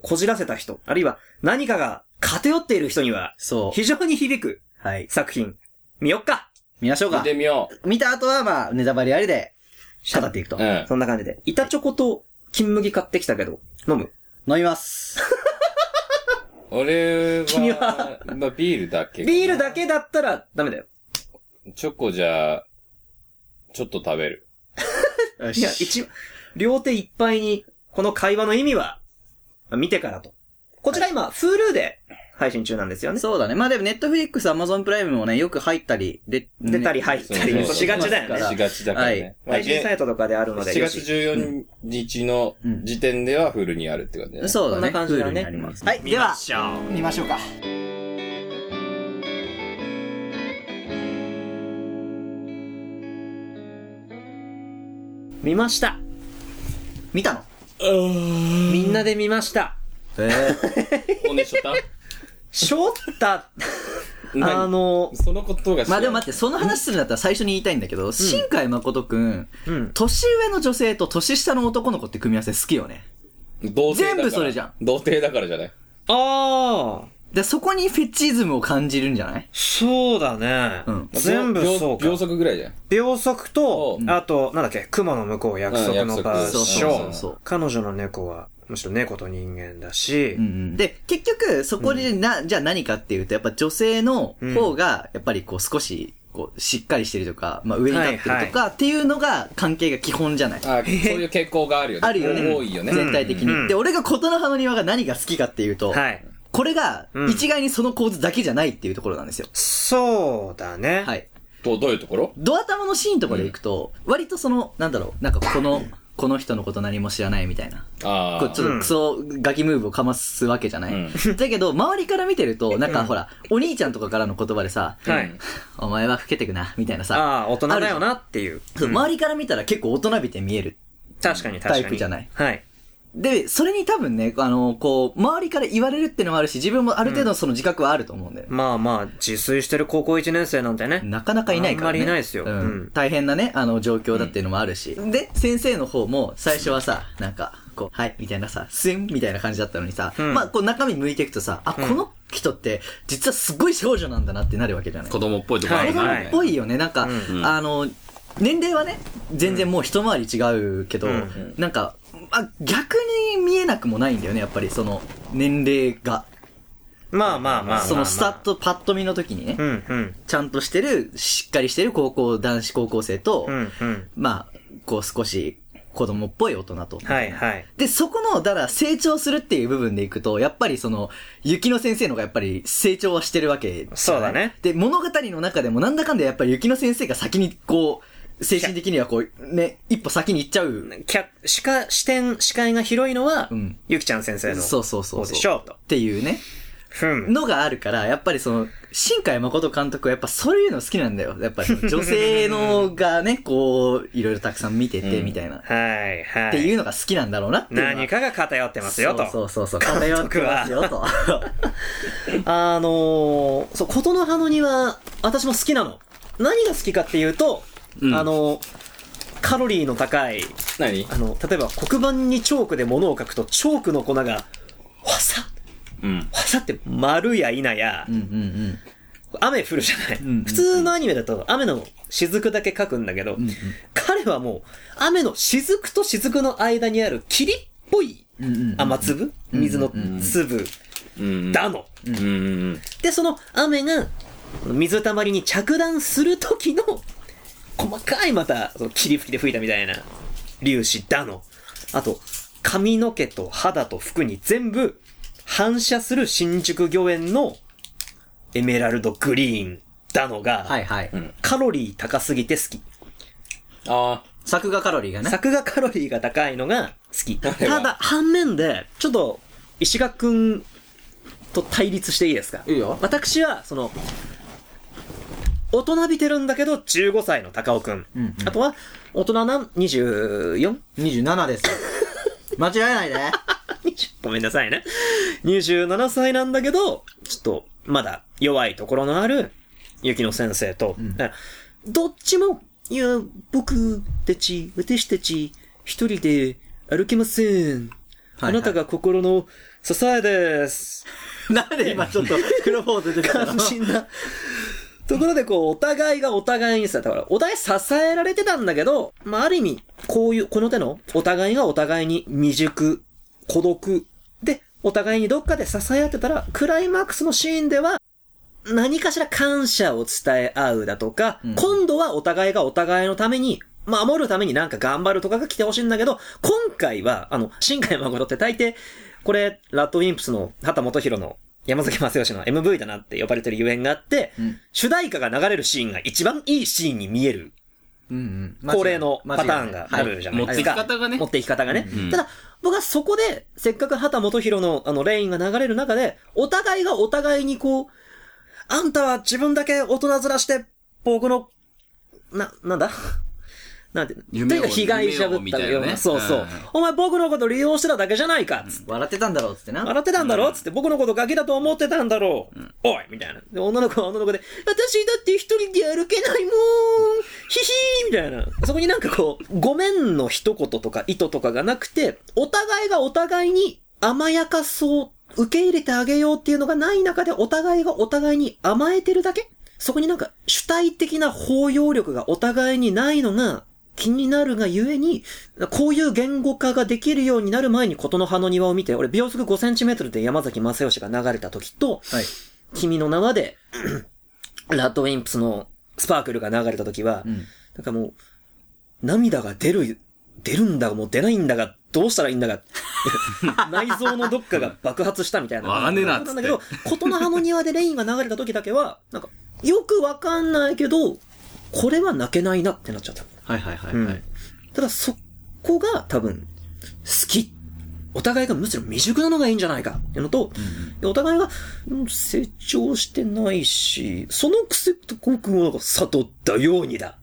[SPEAKER 1] こじらせた人、あるいは何かが偏っている人には、
[SPEAKER 4] そう。
[SPEAKER 1] 非常に響く
[SPEAKER 4] はい。
[SPEAKER 1] 作品。見よっか
[SPEAKER 4] 見ましょう
[SPEAKER 3] 見
[SPEAKER 4] か
[SPEAKER 3] て。みよ
[SPEAKER 4] 見た後はまあ、ネタバレありで、語っていくと
[SPEAKER 3] う。う。ん。
[SPEAKER 1] そんな感じで。板チョコと金麦買ってきたけど、飲む
[SPEAKER 4] 飲みます。
[SPEAKER 3] 俺は、
[SPEAKER 1] 君は
[SPEAKER 3] まあ、ビールだけ。
[SPEAKER 1] ビールだけだったらダメだよ。
[SPEAKER 3] チョコじゃ、ちょっと食べる。
[SPEAKER 4] よ
[SPEAKER 1] いや、
[SPEAKER 4] し。
[SPEAKER 1] 一、両手いっぱいに、この会話の意味は、見てからと。こちら今、Hulu で配信中なんですよね。
[SPEAKER 4] そうだね。まあでも、ネットフリックス、アマゾンプライムもね、よく入ったり、で、
[SPEAKER 1] 出た
[SPEAKER 4] り。
[SPEAKER 1] り入った
[SPEAKER 3] そ
[SPEAKER 1] り
[SPEAKER 3] うそう
[SPEAKER 1] しがちだ
[SPEAKER 4] だか
[SPEAKER 1] よ
[SPEAKER 4] ら
[SPEAKER 1] ね。
[SPEAKER 3] しがちだからね。まあ
[SPEAKER 1] 配信サイトとかであるので。
[SPEAKER 3] 7月14日の
[SPEAKER 4] うん
[SPEAKER 3] 時点ではフルにあるってことだよね。
[SPEAKER 4] そうだね。
[SPEAKER 1] こんな感じだね
[SPEAKER 4] プールになりますはい、
[SPEAKER 1] で
[SPEAKER 4] で
[SPEAKER 1] は
[SPEAKER 4] は、、見ましょうか。
[SPEAKER 1] 見ました。
[SPEAKER 4] 見たの
[SPEAKER 1] みんなで見ました。
[SPEAKER 2] えー、
[SPEAKER 3] おねしょた
[SPEAKER 1] しょった、 [laughs] あ
[SPEAKER 3] 何
[SPEAKER 1] の、
[SPEAKER 3] そのことが知
[SPEAKER 2] [laughs]
[SPEAKER 3] らん
[SPEAKER 2] まあでも待って、その話するんだったら最初に言いたいんだけど、新海誠くん、
[SPEAKER 1] うん。
[SPEAKER 2] 年上の女性と年下の男の子って組み合わせ好きよね。
[SPEAKER 3] 童貞だから
[SPEAKER 2] 全部それじゃん。
[SPEAKER 3] 童貞だからじゃない。
[SPEAKER 1] ああ、
[SPEAKER 2] で、そこにフェチズムを感じるんじゃない
[SPEAKER 1] そうだね
[SPEAKER 2] うん
[SPEAKER 1] 全部
[SPEAKER 3] 秒
[SPEAKER 1] そうか
[SPEAKER 3] 秒。速ぐらいじゃん。
[SPEAKER 1] 秒速と
[SPEAKER 3] う、ん
[SPEAKER 1] あと、なんだっけ、雲の向こう約束の場
[SPEAKER 2] そ
[SPEAKER 3] そう
[SPEAKER 2] うそう
[SPEAKER 1] 所。
[SPEAKER 2] そう。
[SPEAKER 1] 彼女の猫は、むしろ猫と人間だし
[SPEAKER 2] うんう、んで、結局、そこでな、じゃあ何かっていうと、やっぱ女性の方が、やっぱりこう少し、こう、しっかりしてるとか、まあ上に立ってるとか、っていうのが関係が基本じゃない。
[SPEAKER 3] あそういう傾向があるよね。
[SPEAKER 2] あるよね。
[SPEAKER 3] 多いよね。
[SPEAKER 2] 全体的
[SPEAKER 1] うん
[SPEAKER 2] に。で、俺が琴の葉の庭が何が好きかっていうと、
[SPEAKER 1] はい。
[SPEAKER 2] これが
[SPEAKER 1] うん
[SPEAKER 2] 一概にその構図だけじゃないっていうところなんですよ。
[SPEAKER 1] そうだね。
[SPEAKER 2] はい。
[SPEAKER 3] どうどういうところ
[SPEAKER 2] ドア玉のシーンとかで行くと、割とその、なんだろう、なんかこの、この人のこと何も知らないみたいな。
[SPEAKER 3] あ
[SPEAKER 2] こうちょっとクソガキムーブをかますわけじゃない、
[SPEAKER 3] う
[SPEAKER 2] [laughs] だけど、周りから見てると、なんかほら、お兄ちゃんとかからの言葉でさ、
[SPEAKER 1] は
[SPEAKER 3] う
[SPEAKER 1] い
[SPEAKER 3] ん。
[SPEAKER 2] お前は老けてくな、みたいなさ、
[SPEAKER 1] ああ、大人だよなっていう。
[SPEAKER 2] そう周りから見たら結構大人びて見える。
[SPEAKER 1] 確かに確かに。
[SPEAKER 2] タイプじゃない。
[SPEAKER 1] はい。
[SPEAKER 2] で、それに多分ね、あの、こう、周りから言われるってのもあるし、自分もある程度その自覚はあると思うんだよね。
[SPEAKER 1] まあまあ、自炊してる高校1年生なん [laughs] てね。
[SPEAKER 2] なかなかいない
[SPEAKER 1] あん
[SPEAKER 2] から、ね。
[SPEAKER 1] まりいないですよ
[SPEAKER 2] うん
[SPEAKER 1] うん
[SPEAKER 2] 大変なね、あの、状況だっていうのもあるし。で、先生の方も、最初はさ、なんか、こう、はい、みたいなさ、スンみたいな感じだったのにさ、
[SPEAKER 1] ん
[SPEAKER 2] まあ、こう、中身向いていくとさ、あ、この人って、実はすごい少女なんだなってなるわけじゃない。
[SPEAKER 3] 子供っぽいところあ
[SPEAKER 1] はい
[SPEAKER 3] る
[SPEAKER 2] 子
[SPEAKER 3] よね
[SPEAKER 2] 供っぽいよね。なんか、
[SPEAKER 1] うん
[SPEAKER 2] あの、年齢はね、全然もう一回り違うけど、
[SPEAKER 1] うん
[SPEAKER 2] なんか、あ、逆に見えなくもないんだよね、やっぱり、その、年齢が。
[SPEAKER 1] まあまあまあまあまあ。
[SPEAKER 2] そのスタッとパッと見の時にね、
[SPEAKER 1] うんうん。
[SPEAKER 2] ちゃんとしてる、しっかりしてる高校、男子高校生と、
[SPEAKER 1] うんうん。
[SPEAKER 2] まあ、こう少し子供っぽい大人と。
[SPEAKER 1] はいはい。
[SPEAKER 2] で、そこの、だから成長するっていう部分でいくと、やっぱりその、雪乃先生の方がやっぱり成長はしてるわけじゃない。
[SPEAKER 1] そうだね
[SPEAKER 2] で、物語の中でもなんだかんだやっぱり雪乃先生が先にこう、精神的にはこう、ね、一歩先に行っちゃう。
[SPEAKER 1] キャ、視界、視点、視界が広いのは、
[SPEAKER 2] うん
[SPEAKER 1] ゆきちゃん先生の。
[SPEAKER 2] そうそうそう
[SPEAKER 1] 方
[SPEAKER 2] そう。
[SPEAKER 1] でしょうと。
[SPEAKER 2] っていうね、
[SPEAKER 1] ふん。
[SPEAKER 2] のがあるから、やっぱりその、新海誠監督はやっぱそういうの好きなんだよ。やっぱりそ
[SPEAKER 1] [laughs]
[SPEAKER 2] の女性のがね、こう、いろいろたくさん見てて、みたいな。
[SPEAKER 1] はいはい。
[SPEAKER 2] っていうのが好きなんだろうなっていうのは
[SPEAKER 1] 何かが偏ってますよと。
[SPEAKER 2] そうそうそうそう。偏ってますよと。
[SPEAKER 1] [laughs] あのー、そう、ことの葉の庭、私も好きなの。何が好きかっていうと、
[SPEAKER 3] うん
[SPEAKER 1] あのカロリーの高い、
[SPEAKER 3] 何
[SPEAKER 1] あの、例えば黒板にチョークで物を書くと、チョークの粉が、わさ、
[SPEAKER 3] うん。
[SPEAKER 1] わさって丸や否や
[SPEAKER 2] うん、うん
[SPEAKER 1] 雨降るじゃない、
[SPEAKER 2] んうんうん
[SPEAKER 1] 普通のアニメだと雨の雫だけ書くんだけど、
[SPEAKER 2] うん
[SPEAKER 1] 彼はもう、雨の雫と雫の間にある霧っぽい
[SPEAKER 2] うん。うんうん。
[SPEAKER 1] 雨粒、水の粒、
[SPEAKER 3] うん。
[SPEAKER 1] だの。
[SPEAKER 3] うんうん。
[SPEAKER 1] で、その雨が、水たまりに着弾する時の、細かいまた、その霧吹きで吹いたみたいな、粒子だの。あと、髪の毛と肌と服に全部、反射する新宿御苑の、エメラルドグリーンだのが、
[SPEAKER 2] はいはい。
[SPEAKER 3] ん
[SPEAKER 1] カロリー高すぎて好き。
[SPEAKER 3] ああ。
[SPEAKER 2] 作画カロリーがね。
[SPEAKER 1] 作画カロリーが高いのが好き。た
[SPEAKER 5] れは
[SPEAKER 1] だ、反面で、ちょっと、石垣くんと対立していいですか
[SPEAKER 2] いいよ。
[SPEAKER 1] 私は、その、大人びてるんだけど、15歳の高尾くん。
[SPEAKER 2] うん
[SPEAKER 1] あとは、大人なん ?24?
[SPEAKER 2] 27です。 [laughs] 間違えないで。
[SPEAKER 1] ごめんなさいね。27歳なんだけど、ちょっと、まだ弱いところのある、ゆきの先生と、
[SPEAKER 2] ん
[SPEAKER 1] だからどっちも、いや、僕たち、私たち、一人で歩けません。
[SPEAKER 2] はい
[SPEAKER 1] あなたが心の支えです。
[SPEAKER 2] なんで今ちょっと黒ポーズ出てきたの
[SPEAKER 1] 感心な。ところでこう、お互いがお互いにさ、だから、お互い支えられてたんだけど、まあ、ある意味、こういう、この手の、お互いがお互いに未熟、孤独、で、お互いにどっかで支え合ってたら、クライマックスのシーンでは、何かしら感謝を伝え合うだとか、
[SPEAKER 2] うん
[SPEAKER 1] 今度はお互いがお互いのために、守るためになんか頑張るとかが来てほしいんだけど、今回は、あの、新海誠って大抵、これ、ラッドウィンプスの畑元博の山崎正義の MV だなって呼ばれてるゆえんがあって、
[SPEAKER 2] うん
[SPEAKER 1] 主題歌が流れるシーンが一番いいシーンに見える
[SPEAKER 2] うんうん。
[SPEAKER 1] 恒例のパターンがあるじゃないですか。
[SPEAKER 2] 間違いないはい持っていき方がね
[SPEAKER 1] 持っていき方がね。
[SPEAKER 5] うんうん
[SPEAKER 1] ただ、僕はそこで、せっかく畑元博のあの、レインが流れる中で、お互いがお互いにこう、あんたは自分だけ大人ずらして、僕の、な、 [laughs] なんだなんて、とに
[SPEAKER 3] 夢を
[SPEAKER 1] かく被害者ぶ
[SPEAKER 3] 夢を
[SPEAKER 1] っ
[SPEAKER 3] み
[SPEAKER 1] た
[SPEAKER 3] たい
[SPEAKER 1] よ
[SPEAKER 3] な
[SPEAKER 1] う
[SPEAKER 3] ね。
[SPEAKER 1] な、そうそううんお前僕のこと利用してただけじゃないかっつって
[SPEAKER 2] 笑ってたんだろうっつってな。
[SPEAKER 1] 笑ってたんだろつって、僕のことガキだと思ってたんだろう、おいみたいな。で、女の子は女の子で、私だって一人で歩けないもんひひーみたいな。そこになんかこう、ごめんの一言とか意図とかがなくて、お互いがお互いに甘やかそう、受け入れてあげようっていうのがない中で、お互いがお互いに甘えてるだけそこになんか主体的な包容力がお互いにないのが気になるがゆえに、こういう言語化ができるようになる前にことの葉の庭を見て、俺秒速5センチメートルで山崎正義が流れた時と、
[SPEAKER 2] はい
[SPEAKER 1] 君の名はで、 [clears throat] ラッドウィンプスのスパークルが流れた時は、
[SPEAKER 2] うん
[SPEAKER 1] なんかもう、涙が出る、出るんだが、もう出ないんだが、どうしたらいいんだ
[SPEAKER 3] [laughs]
[SPEAKER 1] が、内臓のどっかが爆発したみたいな。
[SPEAKER 3] わかんねえなっつって
[SPEAKER 1] んだけど、琴の葉の庭でレインが流れた時だけは、なんか、よくわかんないけど、これは泣けないなってなっちゃった。
[SPEAKER 2] はいはいはい
[SPEAKER 1] うんただそこが多分、好き。お互いがむしろ未熟なのがいいんじゃないかっていうのと、お互いがうん成長してないし、そのくせと僕はなんか佐藤だようにだ。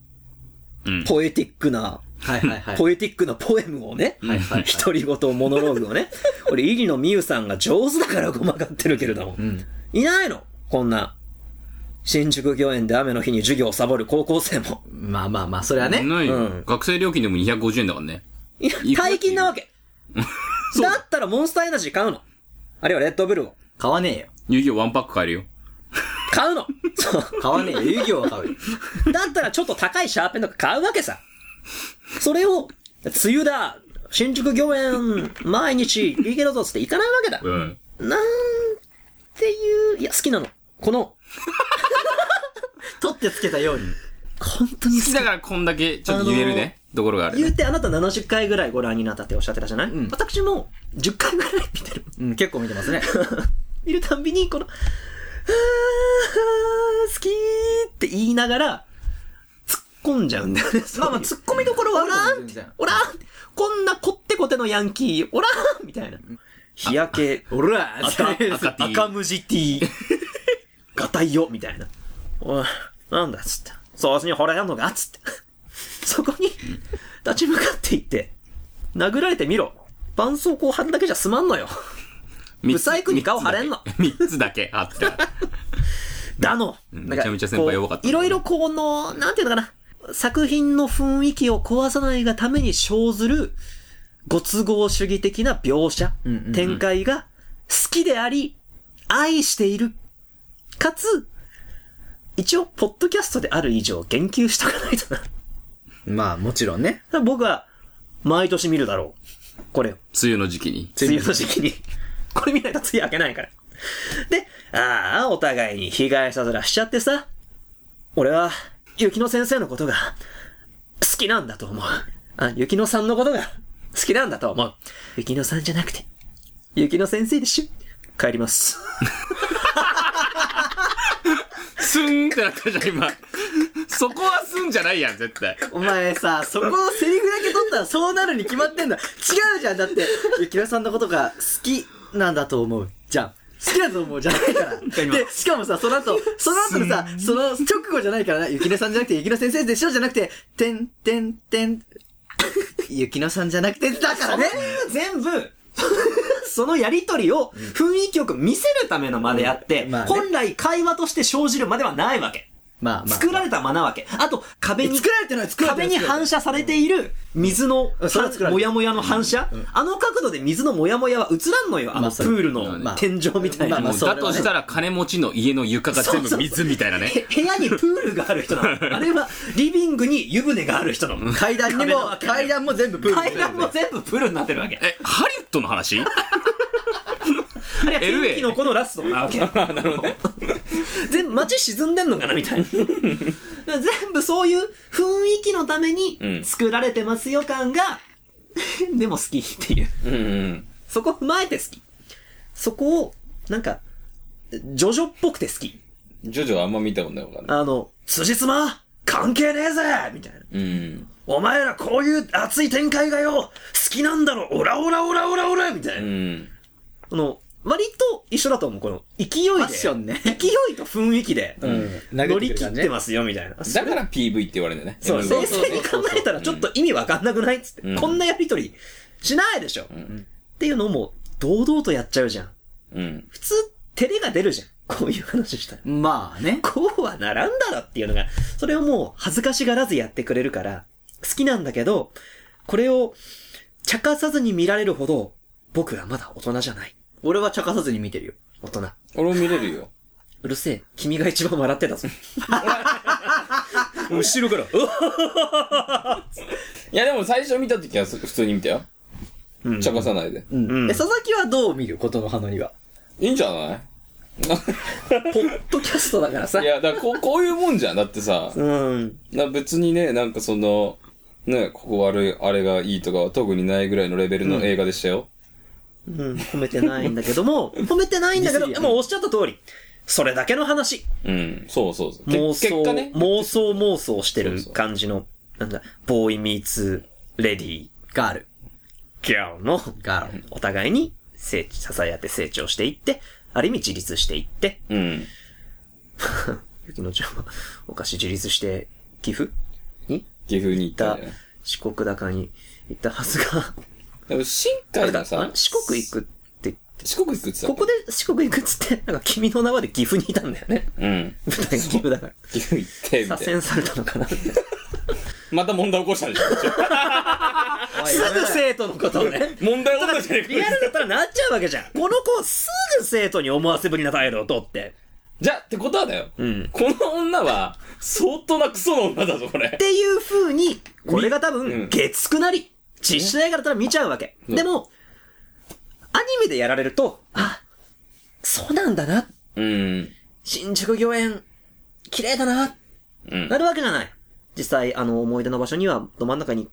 [SPEAKER 3] うん
[SPEAKER 1] ポエティックな、
[SPEAKER 2] はいはいはい。
[SPEAKER 1] ポエティックなポエムをね、
[SPEAKER 3] はいはいはい
[SPEAKER 1] 独り言、モノローグを
[SPEAKER 3] [laughs]
[SPEAKER 1] ね、俺、イリのミユさんが上手だからごまかってるけれども、
[SPEAKER 2] ん
[SPEAKER 1] いないのこんな、新宿御苑で雨の日に授業をサボる高校生も。
[SPEAKER 2] まあまあまあ、それはね。
[SPEAKER 3] ないよ
[SPEAKER 1] うん
[SPEAKER 3] 学生料金でも250円だからね。
[SPEAKER 1] いや、大金なわけ。だったらモンスターエナジー買うの。あるいはレッドブルを。
[SPEAKER 2] 買わねえよ。
[SPEAKER 3] 遊戯王ワンパック買えるよ。
[SPEAKER 1] 買うの。そう。
[SPEAKER 2] 買わねえよ。遊戯王は買うよ。
[SPEAKER 1] だったらちょっと高いシャーペンとか買うわけさ。それを、梅雨だ新宿御苑毎日行けるぞっつって行かないわけだ。
[SPEAKER 3] うん。
[SPEAKER 1] なんていう、いや、好きなの。この、
[SPEAKER 2] 取ってつけたように。
[SPEAKER 1] 本当に
[SPEAKER 3] 好きだからこんだけちょっと言えるね。ところがある
[SPEAKER 1] 言
[SPEAKER 3] ね。
[SPEAKER 1] うてあなた70回ぐらいご覧になったっておっしゃってたじゃない、
[SPEAKER 2] うん
[SPEAKER 1] 私も10回ぐらい見てる。
[SPEAKER 2] うん、結構見てますね。
[SPEAKER 1] 見るたんびに、この、あー、好きーって言いながら、突っ込んじゃうんだよね。まあまあ、突っ込みどころはおらんって、おらんって、こんなこってこてのヤンキー、おらんみたいな。日焼け、
[SPEAKER 2] おらー
[SPEAKER 1] 赤
[SPEAKER 3] 赤 T
[SPEAKER 1] 赤無地 T、がたいよ、みたいな。おい、なんだっつって。そうしにほらやんのがっつって。そこに、立ち向かっていって、殴られてみろ。絆創膏貼るだけじゃ済まんのよ。
[SPEAKER 3] 三
[SPEAKER 1] ブ
[SPEAKER 3] つ
[SPEAKER 1] サイクに顔腫れんの。
[SPEAKER 3] 三つだけあった。
[SPEAKER 1] だの。
[SPEAKER 3] うん
[SPEAKER 1] なんか
[SPEAKER 3] めちゃめちゃ先輩弱かった
[SPEAKER 1] こういろいろこの、なんていうのかな。作品の雰囲気を壊さないがために生ずる、ご都合主義的な描写、
[SPEAKER 2] んうんうん
[SPEAKER 1] 展開が好きであり、愛している。かつ、一応、ポッドキャストである以上、言及しとかない [laughs] とな。だか
[SPEAKER 6] まあ、もちろんね。
[SPEAKER 1] ら僕は、毎年見るだろう。これを。
[SPEAKER 3] 梅雨の時期に。
[SPEAKER 1] 梅雨の時期に。 [laughs] これ見ないと梅雨明けないから。で、ああ、お互いに被害者ずらしちゃってさ、俺は、雪乃先生のことが、好きなんだと思う。あ、雪乃さんのことが、好きなんだと思う。雪乃さんじゃなくて、雪乃先生でしょ。帰ります。
[SPEAKER 3] スーンってなったじゃん、今。
[SPEAKER 7] そこはすんじゃないやん、絶対。
[SPEAKER 4] お前さ、そこのセリフだけ取ったらそうなるに決まってんだ。違うじゃん。だって、ゆきらさんのことが好きなんだと思う。じゃん。好きだと思うじゃないから。で、しかもさ、その後、その後のさ、その直後じゃないからな、ゆきねさんじゃなくて、ゆきの先生でしょじゃなくて、てんてんてん、 [laughs] ゆきのさんじゃなくて、だからね。
[SPEAKER 1] 全部、 [laughs] そのやりとりを雰囲気よく見せるための間であって、
[SPEAKER 4] うんまあね
[SPEAKER 1] 本来会話として生じるまではないわけ。
[SPEAKER 4] まあまあ。
[SPEAKER 1] 作られた間なわけ。あと、壁に、
[SPEAKER 4] 作られてない、作られて
[SPEAKER 1] 壁
[SPEAKER 4] ない。
[SPEAKER 1] に反射されている水の
[SPEAKER 4] うんそれは作られてる
[SPEAKER 1] もやもやの反射、あの角度で水のもやもやは映らんのよ。あ
[SPEAKER 4] ま
[SPEAKER 1] の
[SPEAKER 4] あ
[SPEAKER 1] プ
[SPEAKER 4] それ
[SPEAKER 1] ール
[SPEAKER 4] ま
[SPEAKER 1] の
[SPEAKER 4] あ
[SPEAKER 1] 天井みたいな。
[SPEAKER 4] まあ
[SPEAKER 7] もう
[SPEAKER 4] それは
[SPEAKER 7] だ
[SPEAKER 4] ね
[SPEAKER 7] としたら金持ちの家の床が全部水みたいなね。
[SPEAKER 1] へ部屋にプールがある人な
[SPEAKER 4] [laughs]
[SPEAKER 1] の。あれはリビングに湯船がある人なの。
[SPEAKER 4] 階段に
[SPEAKER 1] 壁な
[SPEAKER 4] も
[SPEAKER 1] わ、け
[SPEAKER 4] 階段も全部プール
[SPEAKER 1] 階段も全部プールになってるわけ。
[SPEAKER 7] え、ハリウッドの話
[SPEAKER 1] あれは
[SPEAKER 7] LA
[SPEAKER 1] 天気の子のラストなわけ。 [laughs] なるほどね。全部街沈んでんのかなみたいな。全部そういう雰囲気のため
[SPEAKER 3] う
[SPEAKER 1] に
[SPEAKER 3] ん
[SPEAKER 1] 作られてますよ感が、 [laughs] でも好きっていう。
[SPEAKER 3] うんうん。
[SPEAKER 1] そこ踏まえて好き。そこを、なんか、ジョジョっぽくて好き。
[SPEAKER 3] ジョジョはあんま見たことないからね。
[SPEAKER 1] あの、辻褄関係ねえぜみたいな。
[SPEAKER 3] うん。
[SPEAKER 1] お前らこういう熱い展開がよ好きなんだろオラオラオラオラオラみたいうな。
[SPEAKER 3] ん。
[SPEAKER 1] あの、割と一緒だと思う。この、勢いで。
[SPEAKER 4] ファッションね
[SPEAKER 1] 勢いと雰囲気で。乗
[SPEAKER 4] 乗
[SPEAKER 1] り切ってますよ、みたいな。
[SPEAKER 3] だから PV って言われるんだよね。
[SPEAKER 1] そう、
[SPEAKER 3] MV
[SPEAKER 1] 冷静に考えたらちょっと意味わかんなくないっつって、
[SPEAKER 3] うん
[SPEAKER 1] こんなやりとりしないでしょ、っていうのをもう、堂々とやっちゃうじゃん。
[SPEAKER 3] うん。
[SPEAKER 1] 普通、照れが出るじゃん。こういう話したら。
[SPEAKER 4] まあね。
[SPEAKER 1] こうはならんだろっていうのが、それをもう恥ずかしがらずやってくれるから、好きなんだけど、これを、茶化さずに見られるほど、僕はまだ大人じゃない。
[SPEAKER 4] 俺は茶化さずに見てるよ。
[SPEAKER 1] 大人。
[SPEAKER 3] 俺も見れるよ。
[SPEAKER 1] うるせえ。君が一番笑ってたぞ。 [laughs] 後ろから、
[SPEAKER 3] いやでも最初見た時は普通に見たよ。
[SPEAKER 1] うん
[SPEAKER 3] 茶化さないで。
[SPEAKER 1] うん
[SPEAKER 4] え、佐々木はどう見ることの葉のには。
[SPEAKER 3] いいんじゃない
[SPEAKER 4] ポッドキャストだからさ
[SPEAKER 3] い。や、だからこう、こういうもんじゃん。だってさ、
[SPEAKER 1] うん。
[SPEAKER 3] な別にね、なんかその、ね、ここ悪い、あれがいいとかは特にないぐらいのレベルの映画でしたよ。
[SPEAKER 1] うん、褒めてないんだけども、褒めてないんだけど、
[SPEAKER 4] ディスりやね
[SPEAKER 1] もうおっしゃった通り、それだけの話。
[SPEAKER 3] うん、そうそうそう。け
[SPEAKER 1] 妄
[SPEAKER 3] 結
[SPEAKER 1] 想、
[SPEAKER 3] 果ね。
[SPEAKER 1] 妄想妄想してる
[SPEAKER 3] そうそう
[SPEAKER 1] 感じの、なんだ、ボーイミーツ、レディー、
[SPEAKER 4] ガール。
[SPEAKER 1] ギャルの、
[SPEAKER 4] ガール。
[SPEAKER 1] お互いに成、支え合って成長していって、ある意味自立していって、
[SPEAKER 3] うん。
[SPEAKER 1] ゆきのちゃんは、お菓子自立して、寄付に
[SPEAKER 3] 岐阜に行っ
[SPEAKER 1] 行ったた
[SPEAKER 3] んだよね。、
[SPEAKER 1] 四国高に行ったはずが、
[SPEAKER 3] でも新
[SPEAKER 1] あれ
[SPEAKER 3] 海
[SPEAKER 1] だ
[SPEAKER 3] のさ
[SPEAKER 1] あ、四国行くって、
[SPEAKER 3] 四国行くってさ、
[SPEAKER 1] ここで四国行くっつって、なんか君の名はで岐阜にいたんだよ [laughs] ね。
[SPEAKER 3] うん。
[SPEAKER 1] 舞台が岐阜だから。
[SPEAKER 3] 岐阜行って、み
[SPEAKER 1] 左
[SPEAKER 3] たいな。
[SPEAKER 1] 遷されたのかなす
[SPEAKER 3] また問題起こしたでしょ。
[SPEAKER 1] ぐ生徒のことをね。
[SPEAKER 3] 問題起こしたじゃねえ
[SPEAKER 1] リ
[SPEAKER 3] か
[SPEAKER 1] アルだったらなっちゃうわけじゃん。 [laughs] この子をすぐ生徒に思わせぶりな態度をとって。
[SPEAKER 3] じゃあ、ってことはだよ。
[SPEAKER 1] うん。
[SPEAKER 3] この女は、相当なクソの女だぞ、これ
[SPEAKER 1] っ。ていう風に、これが多
[SPEAKER 3] う
[SPEAKER 1] 分、
[SPEAKER 3] ん
[SPEAKER 1] 月9なり、実写映画だったら見ちゃうわけ。
[SPEAKER 3] うん
[SPEAKER 1] でも、アニメでやられると、あ、そうなんだな。
[SPEAKER 3] うん。
[SPEAKER 1] 新宿御苑、綺麗だな。
[SPEAKER 3] うん
[SPEAKER 1] なるわけじゃない。実際、あの、思い出の場所には、ど真ん中に、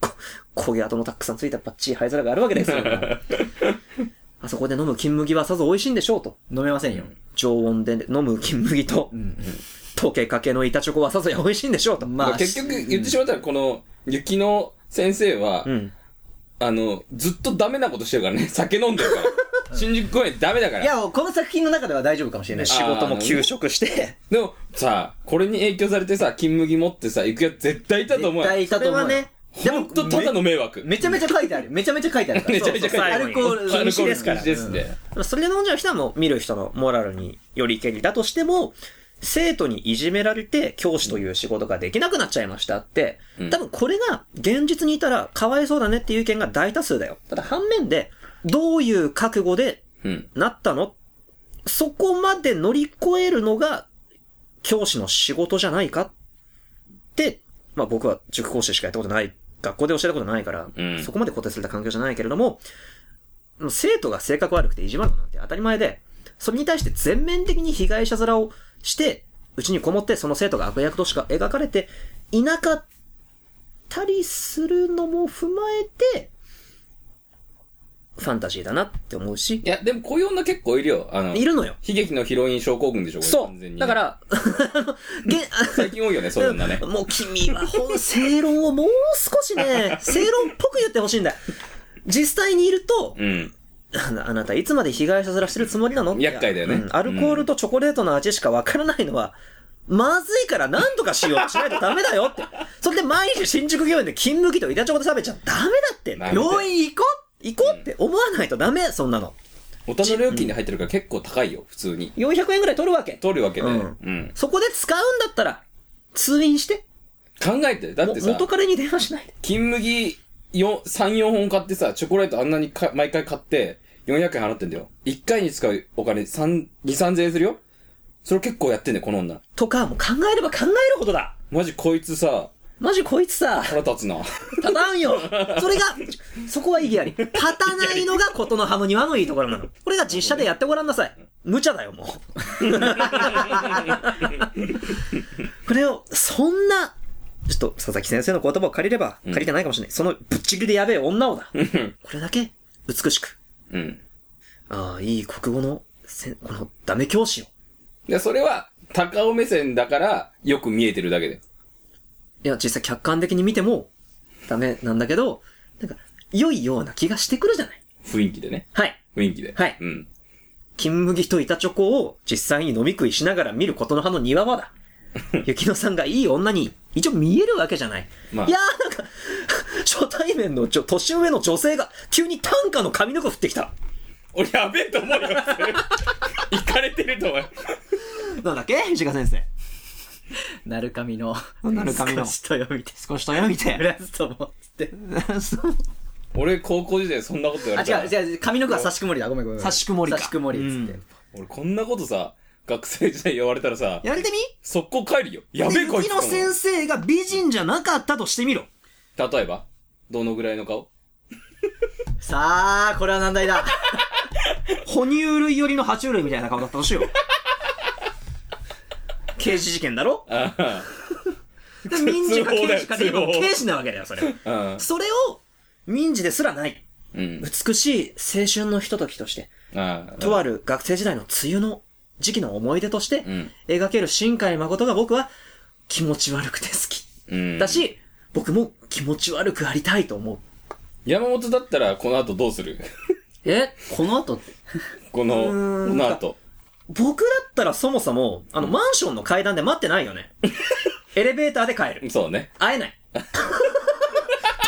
[SPEAKER 1] こ焦げ跡のたくさんついたバッチリ灰皿があるわけ [laughs] ですよ。あそこで飲む金麦はさぞ美味しいんでしょうと。
[SPEAKER 4] 飲めませんよ。
[SPEAKER 1] 常温で飲む金麦と、溶けかけの板チョコはさぞや美味しいんでしょうと。ま
[SPEAKER 3] まあ、結局、言ってしまったら、この、雪の先生は、
[SPEAKER 1] うん。
[SPEAKER 3] あの、ずっとダメなことしてるからね。酒飲んでる [laughs] から。新宿公園ダメだか
[SPEAKER 4] い
[SPEAKER 3] ら。
[SPEAKER 4] や、この作品の中では大丈夫かもしれない。
[SPEAKER 1] 仕事も休職して、
[SPEAKER 3] でも、さ、これに影響されてさ、金麦持ってさ、行くやつ絶対いたと思う
[SPEAKER 4] 絶
[SPEAKER 3] よ。
[SPEAKER 4] 対いた
[SPEAKER 1] それ
[SPEAKER 4] と思
[SPEAKER 1] は
[SPEAKER 4] うよ
[SPEAKER 1] ね。、
[SPEAKER 3] ほんとただの迷惑。
[SPEAKER 4] めちゃめちゃ書いてある。めちゃめちゃ書いてあるから。
[SPEAKER 3] [laughs] めちゃめちゃ書いてあ
[SPEAKER 4] ア
[SPEAKER 1] る
[SPEAKER 4] ルコール
[SPEAKER 1] そうそう
[SPEAKER 3] ア
[SPEAKER 1] 最後に
[SPEAKER 3] ルコール
[SPEAKER 1] ですから
[SPEAKER 3] 禁止ですね。
[SPEAKER 1] それで飲んじゃう人はもう見る人のモラルによりけりだとしても、生徒にいじめられて教師という仕事ができなくなっちゃいましたって、
[SPEAKER 3] うん
[SPEAKER 1] 多分これが現実にいたらかわいそうだねっていう意見が大多数だよ。ただ反面で、どういう覚悟で
[SPEAKER 3] うん。
[SPEAKER 1] なったのそこまで乗り越えるのが教師の仕事じゃないかって、まあ僕は塾講師しかやったことない、学校で教えたことないから、
[SPEAKER 3] うん
[SPEAKER 1] そこまで固定された環境じゃないけれども、生徒が性格悪くていじまるのなんて当たり前で、それに対して全面的に被害者面をして、うちにこもってその生徒が悪役としか描かれていなかったりするのも踏まえて、
[SPEAKER 2] ファンタジーだなって思うし
[SPEAKER 3] い、や、でもこういう女結構いるよ。あの、
[SPEAKER 2] い
[SPEAKER 3] 悲
[SPEAKER 2] るのよ。
[SPEAKER 3] 劇のヒロイン症候群でしょ、これ
[SPEAKER 2] そ
[SPEAKER 3] 完全
[SPEAKER 2] う。
[SPEAKER 3] に
[SPEAKER 2] だ
[SPEAKER 3] [laughs]
[SPEAKER 2] から、げ
[SPEAKER 3] 最近多
[SPEAKER 2] [laughs]
[SPEAKER 3] いよね、そういう女ね。
[SPEAKER 2] もう君はほん、正論をもう少しね、正論っぽく言ってほしいんだよ。実際にいると、
[SPEAKER 3] うん。
[SPEAKER 2] あの [laughs] あなたいつまで被害者面してるつもりなの
[SPEAKER 3] 厄介だよね
[SPEAKER 2] うんアルコールとチョコレートの味しかわからないのは、まずいから何とかしようしないとダメだよって。 [laughs] それで毎日新宿御苑で金麦と板チョコで食べちゃダメだって。
[SPEAKER 3] ダメだよ
[SPEAKER 2] 病院行こう行こうって思わないとダメ、そんなの。
[SPEAKER 3] 大人の料金で入ってるから結構高いよ、普通に。
[SPEAKER 2] 400円ぐらい取るわけ。
[SPEAKER 3] 取るわけで。
[SPEAKER 2] う
[SPEAKER 3] うんん。
[SPEAKER 2] そこで使うんだったら、通院して。
[SPEAKER 3] 考えて、だっ
[SPEAKER 2] も
[SPEAKER 3] てさ、
[SPEAKER 2] 元彼に電話しないで。
[SPEAKER 3] 金麦よ3、4本買ってさ、チョコレートあんなにか毎回買って、400円払ってんだよ。1回に使うお金3、2、3000円するよそれ結構やってんだよ、この女。
[SPEAKER 2] とか、もう考えれば考えるほどだ。
[SPEAKER 3] マジこいつさ、
[SPEAKER 2] マジこいつさ、
[SPEAKER 3] 腹立つな。 [laughs]
[SPEAKER 2] 立たんよ。それが、そこは意義あり。立たないのがことの葉の庭のいいところなの。これが実写でやってごらんなさい。無茶だよ、もう。 [laughs] これを、そんな、ちょっと佐々木先生の言葉を借りれば、借りてないかもしれない。そのぶっちぎりでやべえ女をだ。これだけ、美しく。
[SPEAKER 3] うん。
[SPEAKER 2] ああ、いい国語のせん、このダメ教師を。
[SPEAKER 3] で、それは、高尾目線だから、よく見えてるだけで。
[SPEAKER 2] いや、実際客観的に見ても、ダメなんだけど、なんか、良いような気がしてくるじゃない。
[SPEAKER 3] 雰囲気でね。
[SPEAKER 2] はい。
[SPEAKER 3] 雰囲気で。
[SPEAKER 2] はい
[SPEAKER 3] うん。
[SPEAKER 2] 金麦と板チョコを実際に飲み食いしながら見ることの葉の庭はだ。雪乃さんがいい女に一応見えるわけじゃない。
[SPEAKER 3] まあ
[SPEAKER 2] いやーなんか、初対面のちょ年上の女性が急に短歌の髪の毛降ってきた。
[SPEAKER 3] 俺やべえと思うよ、それ。
[SPEAKER 2] [laughs]
[SPEAKER 3] 行かれてると思う。
[SPEAKER 2] なんだっけ藤川先生。
[SPEAKER 1] なるかみの、
[SPEAKER 2] なる髪の
[SPEAKER 1] 少しと読みて、
[SPEAKER 2] 少しと読み
[SPEAKER 1] ブ
[SPEAKER 2] て。
[SPEAKER 1] ラストも、つって。
[SPEAKER 3] 俺高校時代そんなこと言わ
[SPEAKER 1] あ、
[SPEAKER 3] れたら
[SPEAKER 1] 違う、違う、髪の毛は差し曇りだ。ごめんごめんごめん。
[SPEAKER 2] 差し曇りか
[SPEAKER 1] 差し曇り、つって。
[SPEAKER 3] 俺こんなことさ、学生時代言われたらさ、
[SPEAKER 2] やれてみ
[SPEAKER 3] 速攻帰るよ。やべえこい
[SPEAKER 2] 雪
[SPEAKER 3] つと
[SPEAKER 2] 乃先
[SPEAKER 3] 思
[SPEAKER 2] 生が美人じゃなかったとしてみろ。
[SPEAKER 3] う。例えばどのぐらいの
[SPEAKER 2] [laughs]
[SPEAKER 3] 顔
[SPEAKER 1] さあ、これは難題だ。
[SPEAKER 2] 哺乳類寄りの爬虫類みたいな顔だったとしよう。刑事事件だろ
[SPEAKER 3] ああ
[SPEAKER 2] で民事か刑事かで言えば
[SPEAKER 3] 通報だよ通報
[SPEAKER 2] 刑事なわけだよ、それは。
[SPEAKER 3] うん
[SPEAKER 2] それを、民事ですらない。
[SPEAKER 3] うん。
[SPEAKER 2] 美しい青春のひとときとして、
[SPEAKER 3] ああ。
[SPEAKER 2] とある学生時代の梅雨の時期の思い出として
[SPEAKER 3] うん、
[SPEAKER 2] 描ける新海誠が僕は気持ち悪くて好き。
[SPEAKER 3] うん
[SPEAKER 2] だし、僕も気持ち悪くありたいと思う。
[SPEAKER 3] 山本だったらこの後どうする [laughs]
[SPEAKER 1] えこの後って。
[SPEAKER 3] この、こ
[SPEAKER 2] ーん
[SPEAKER 3] の後。
[SPEAKER 2] 僕だったらそもそも、あの、マンションの階段で待ってないよね。エレベーターで帰る。
[SPEAKER 3] そうね。
[SPEAKER 2] 会えない。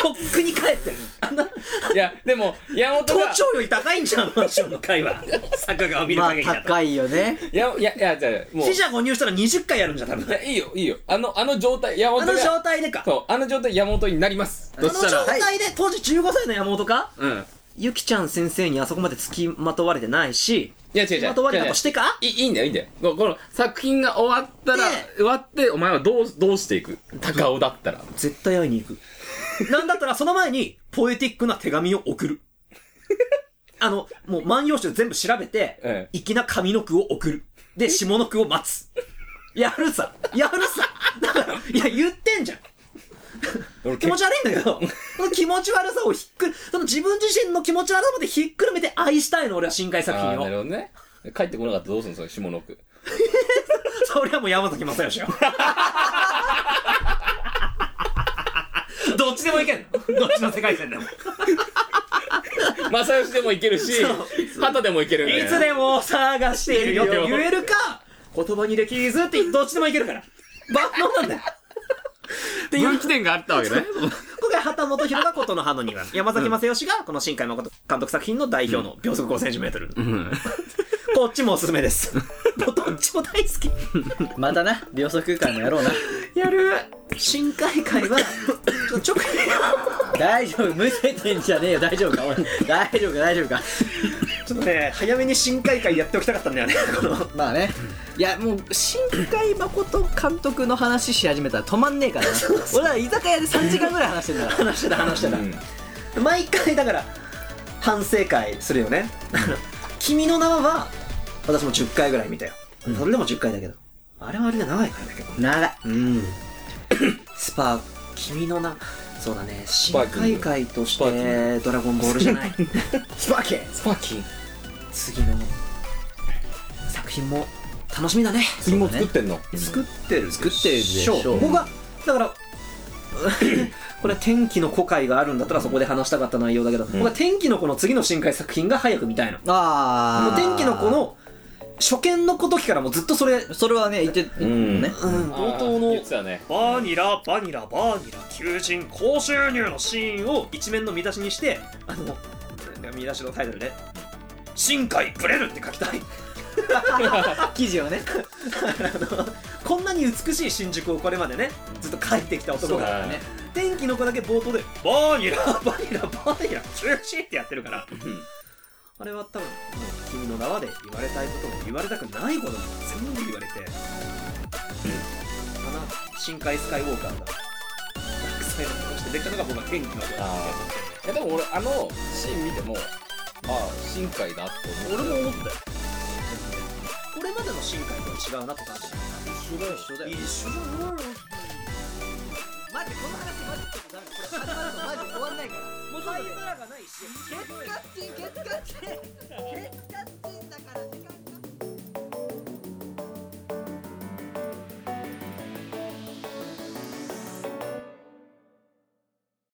[SPEAKER 2] とっくに帰ってる。あんな、
[SPEAKER 3] いや、でも、山本
[SPEAKER 2] 頭
[SPEAKER 3] が、
[SPEAKER 2] 頂より高いんじゃん、マンションの階は。坂が見る
[SPEAKER 1] まあ
[SPEAKER 2] 限り、だと。
[SPEAKER 1] 高いよね。
[SPEAKER 3] や、いや、いや、じゃあもう、
[SPEAKER 2] 死
[SPEAKER 3] い
[SPEAKER 2] 者購入したら20回やるんじゃん、多分。
[SPEAKER 3] や、いいよ、いいよ。あの、あの状態、山
[SPEAKER 2] あ
[SPEAKER 3] 本が
[SPEAKER 2] の、状態でか。
[SPEAKER 3] そう、あの状態山本になります。
[SPEAKER 2] あの
[SPEAKER 3] どうし
[SPEAKER 2] 状
[SPEAKER 3] たら。
[SPEAKER 2] 態で、当時15歳の山本か
[SPEAKER 3] うん。
[SPEAKER 2] ゆきちゃん先生にあそこまで付きまとわれてないし、
[SPEAKER 3] いや、違う違う。
[SPEAKER 2] まとわれた
[SPEAKER 3] 違う違
[SPEAKER 2] と
[SPEAKER 3] う
[SPEAKER 2] してか
[SPEAKER 3] いいいんだよ、いいんだよ。ここの作品が終わったら
[SPEAKER 2] で、
[SPEAKER 3] 終わって、お前はどう、どうしていく高尾だったら。
[SPEAKER 2] 絶対会いに行く。 [laughs] なんだったらその前に、ポエティックな手紙を送る。あの、もう万葉集全部調べ
[SPEAKER 3] え
[SPEAKER 2] て、粋な上の句を送る。で、下の句を待つ。やるさ。やるさ。だから、いや、言ってんじゃん。
[SPEAKER 3] 俺
[SPEAKER 2] 気持ち悪いんだけど、その気持ち悪さをひっくる、その自分自身の気持ち悪さまでひっくるめて愛したいの、俺は深海作
[SPEAKER 3] ああー、
[SPEAKER 2] 品
[SPEAKER 3] なる
[SPEAKER 2] を。
[SPEAKER 3] ほどね。帰ってこなかったらどうするのその下の句。 [laughs]
[SPEAKER 2] それはもう山崎正義よ。どっちでもいけんのどっちの世界線でも。い
[SPEAKER 3] 正義でもいけるし、旗でもいけるんだよ
[SPEAKER 2] つでも探しているよ
[SPEAKER 3] いるよ
[SPEAKER 2] って言えるか、言葉にできずってどっちでもいけるから。万能なんだよ。っていう
[SPEAKER 8] 分岐点があったわけね。
[SPEAKER 2] 今回、畑本博がことの葉の庭。山崎正義がこの新海誠監督作品の代表の秒速5センチメートル。こっちもおすすめです。もうどっちも大好き。
[SPEAKER 1] またな、秒速感のやろうな。
[SPEAKER 2] やる。新海会は、ちょっと直
[SPEAKER 1] 大丈夫、むせてんじゃねえよ、大丈夫か、おい。大丈夫か、大丈夫か。
[SPEAKER 2] ちょっとね、早めに新海会やっておきたかったんだよね。この
[SPEAKER 1] まあね。いや、もう、新海誠監督の話し始めたら止まんねえ
[SPEAKER 2] [laughs]
[SPEAKER 1] からな。俺ら居酒屋で3時間ぐらい話してんだから。
[SPEAKER 2] 話してた話してた、
[SPEAKER 3] うん
[SPEAKER 2] 毎回だから反省会するよね「君の名は」は私も10回ぐらい見たよ、それでも10回だけどあれはあれで長いからだけど
[SPEAKER 1] 長い。
[SPEAKER 2] うん
[SPEAKER 1] スパー、
[SPEAKER 2] 君の名
[SPEAKER 1] そうだね
[SPEAKER 3] ス
[SPEAKER 1] 新
[SPEAKER 3] パーキング
[SPEAKER 1] 海外としてドラゴンボールじゃない
[SPEAKER 9] スパーケン
[SPEAKER 3] スパーキン。
[SPEAKER 1] 次の作品も楽しみだね
[SPEAKER 3] 次も作ってんの
[SPEAKER 1] 作ってる
[SPEAKER 2] 作ってるでしょう
[SPEAKER 1] ここがだからこれは天気の子会があるんだったらそこで話したかった内容だけど、僕は天気の子の次の新海作品が早く見たいのも
[SPEAKER 2] あ
[SPEAKER 1] う
[SPEAKER 2] あ。
[SPEAKER 1] 天気の子の初見の子時からもうずっとそれ、
[SPEAKER 2] それはね、言って、
[SPEAKER 3] ん
[SPEAKER 2] ね。
[SPEAKER 1] うん、冒頭
[SPEAKER 3] あー
[SPEAKER 1] の
[SPEAKER 3] 言ってたね。
[SPEAKER 1] バニラバニラバニラ求人高収入のシーンを一面の見出しにしてあの見出しのタイトルで「新海ブレる」って書きたい
[SPEAKER 3] [laughs]
[SPEAKER 2] 記事をね。
[SPEAKER 1] あのこんなに美しい新宿をこれまでねずっと帰ってきた男が
[SPEAKER 3] ね。
[SPEAKER 1] 天気の子だけ冒頭で「バニラバニラバニラ中止」ってやってるからあれは多分もう君の名はで言われたいことも言われたくないことも全部言われて、かな深海スカイウォーカーがダークサイドに落してできたのが僕は天気の子だなって思って
[SPEAKER 3] いやでも俺、あのシーン見ても、ああ、深海だって思う。
[SPEAKER 1] 俺も思ったよこれまでの深海とは違うなって感じ
[SPEAKER 2] 一緒だよ、一緒だよ。
[SPEAKER 1] 一緒だな
[SPEAKER 2] 待って、この話マジちょっとダメ。これ始まるとマジ終わんないから。もうちょっとね
[SPEAKER 1] らがないし
[SPEAKER 2] 月刊誌月刊誌月刊誌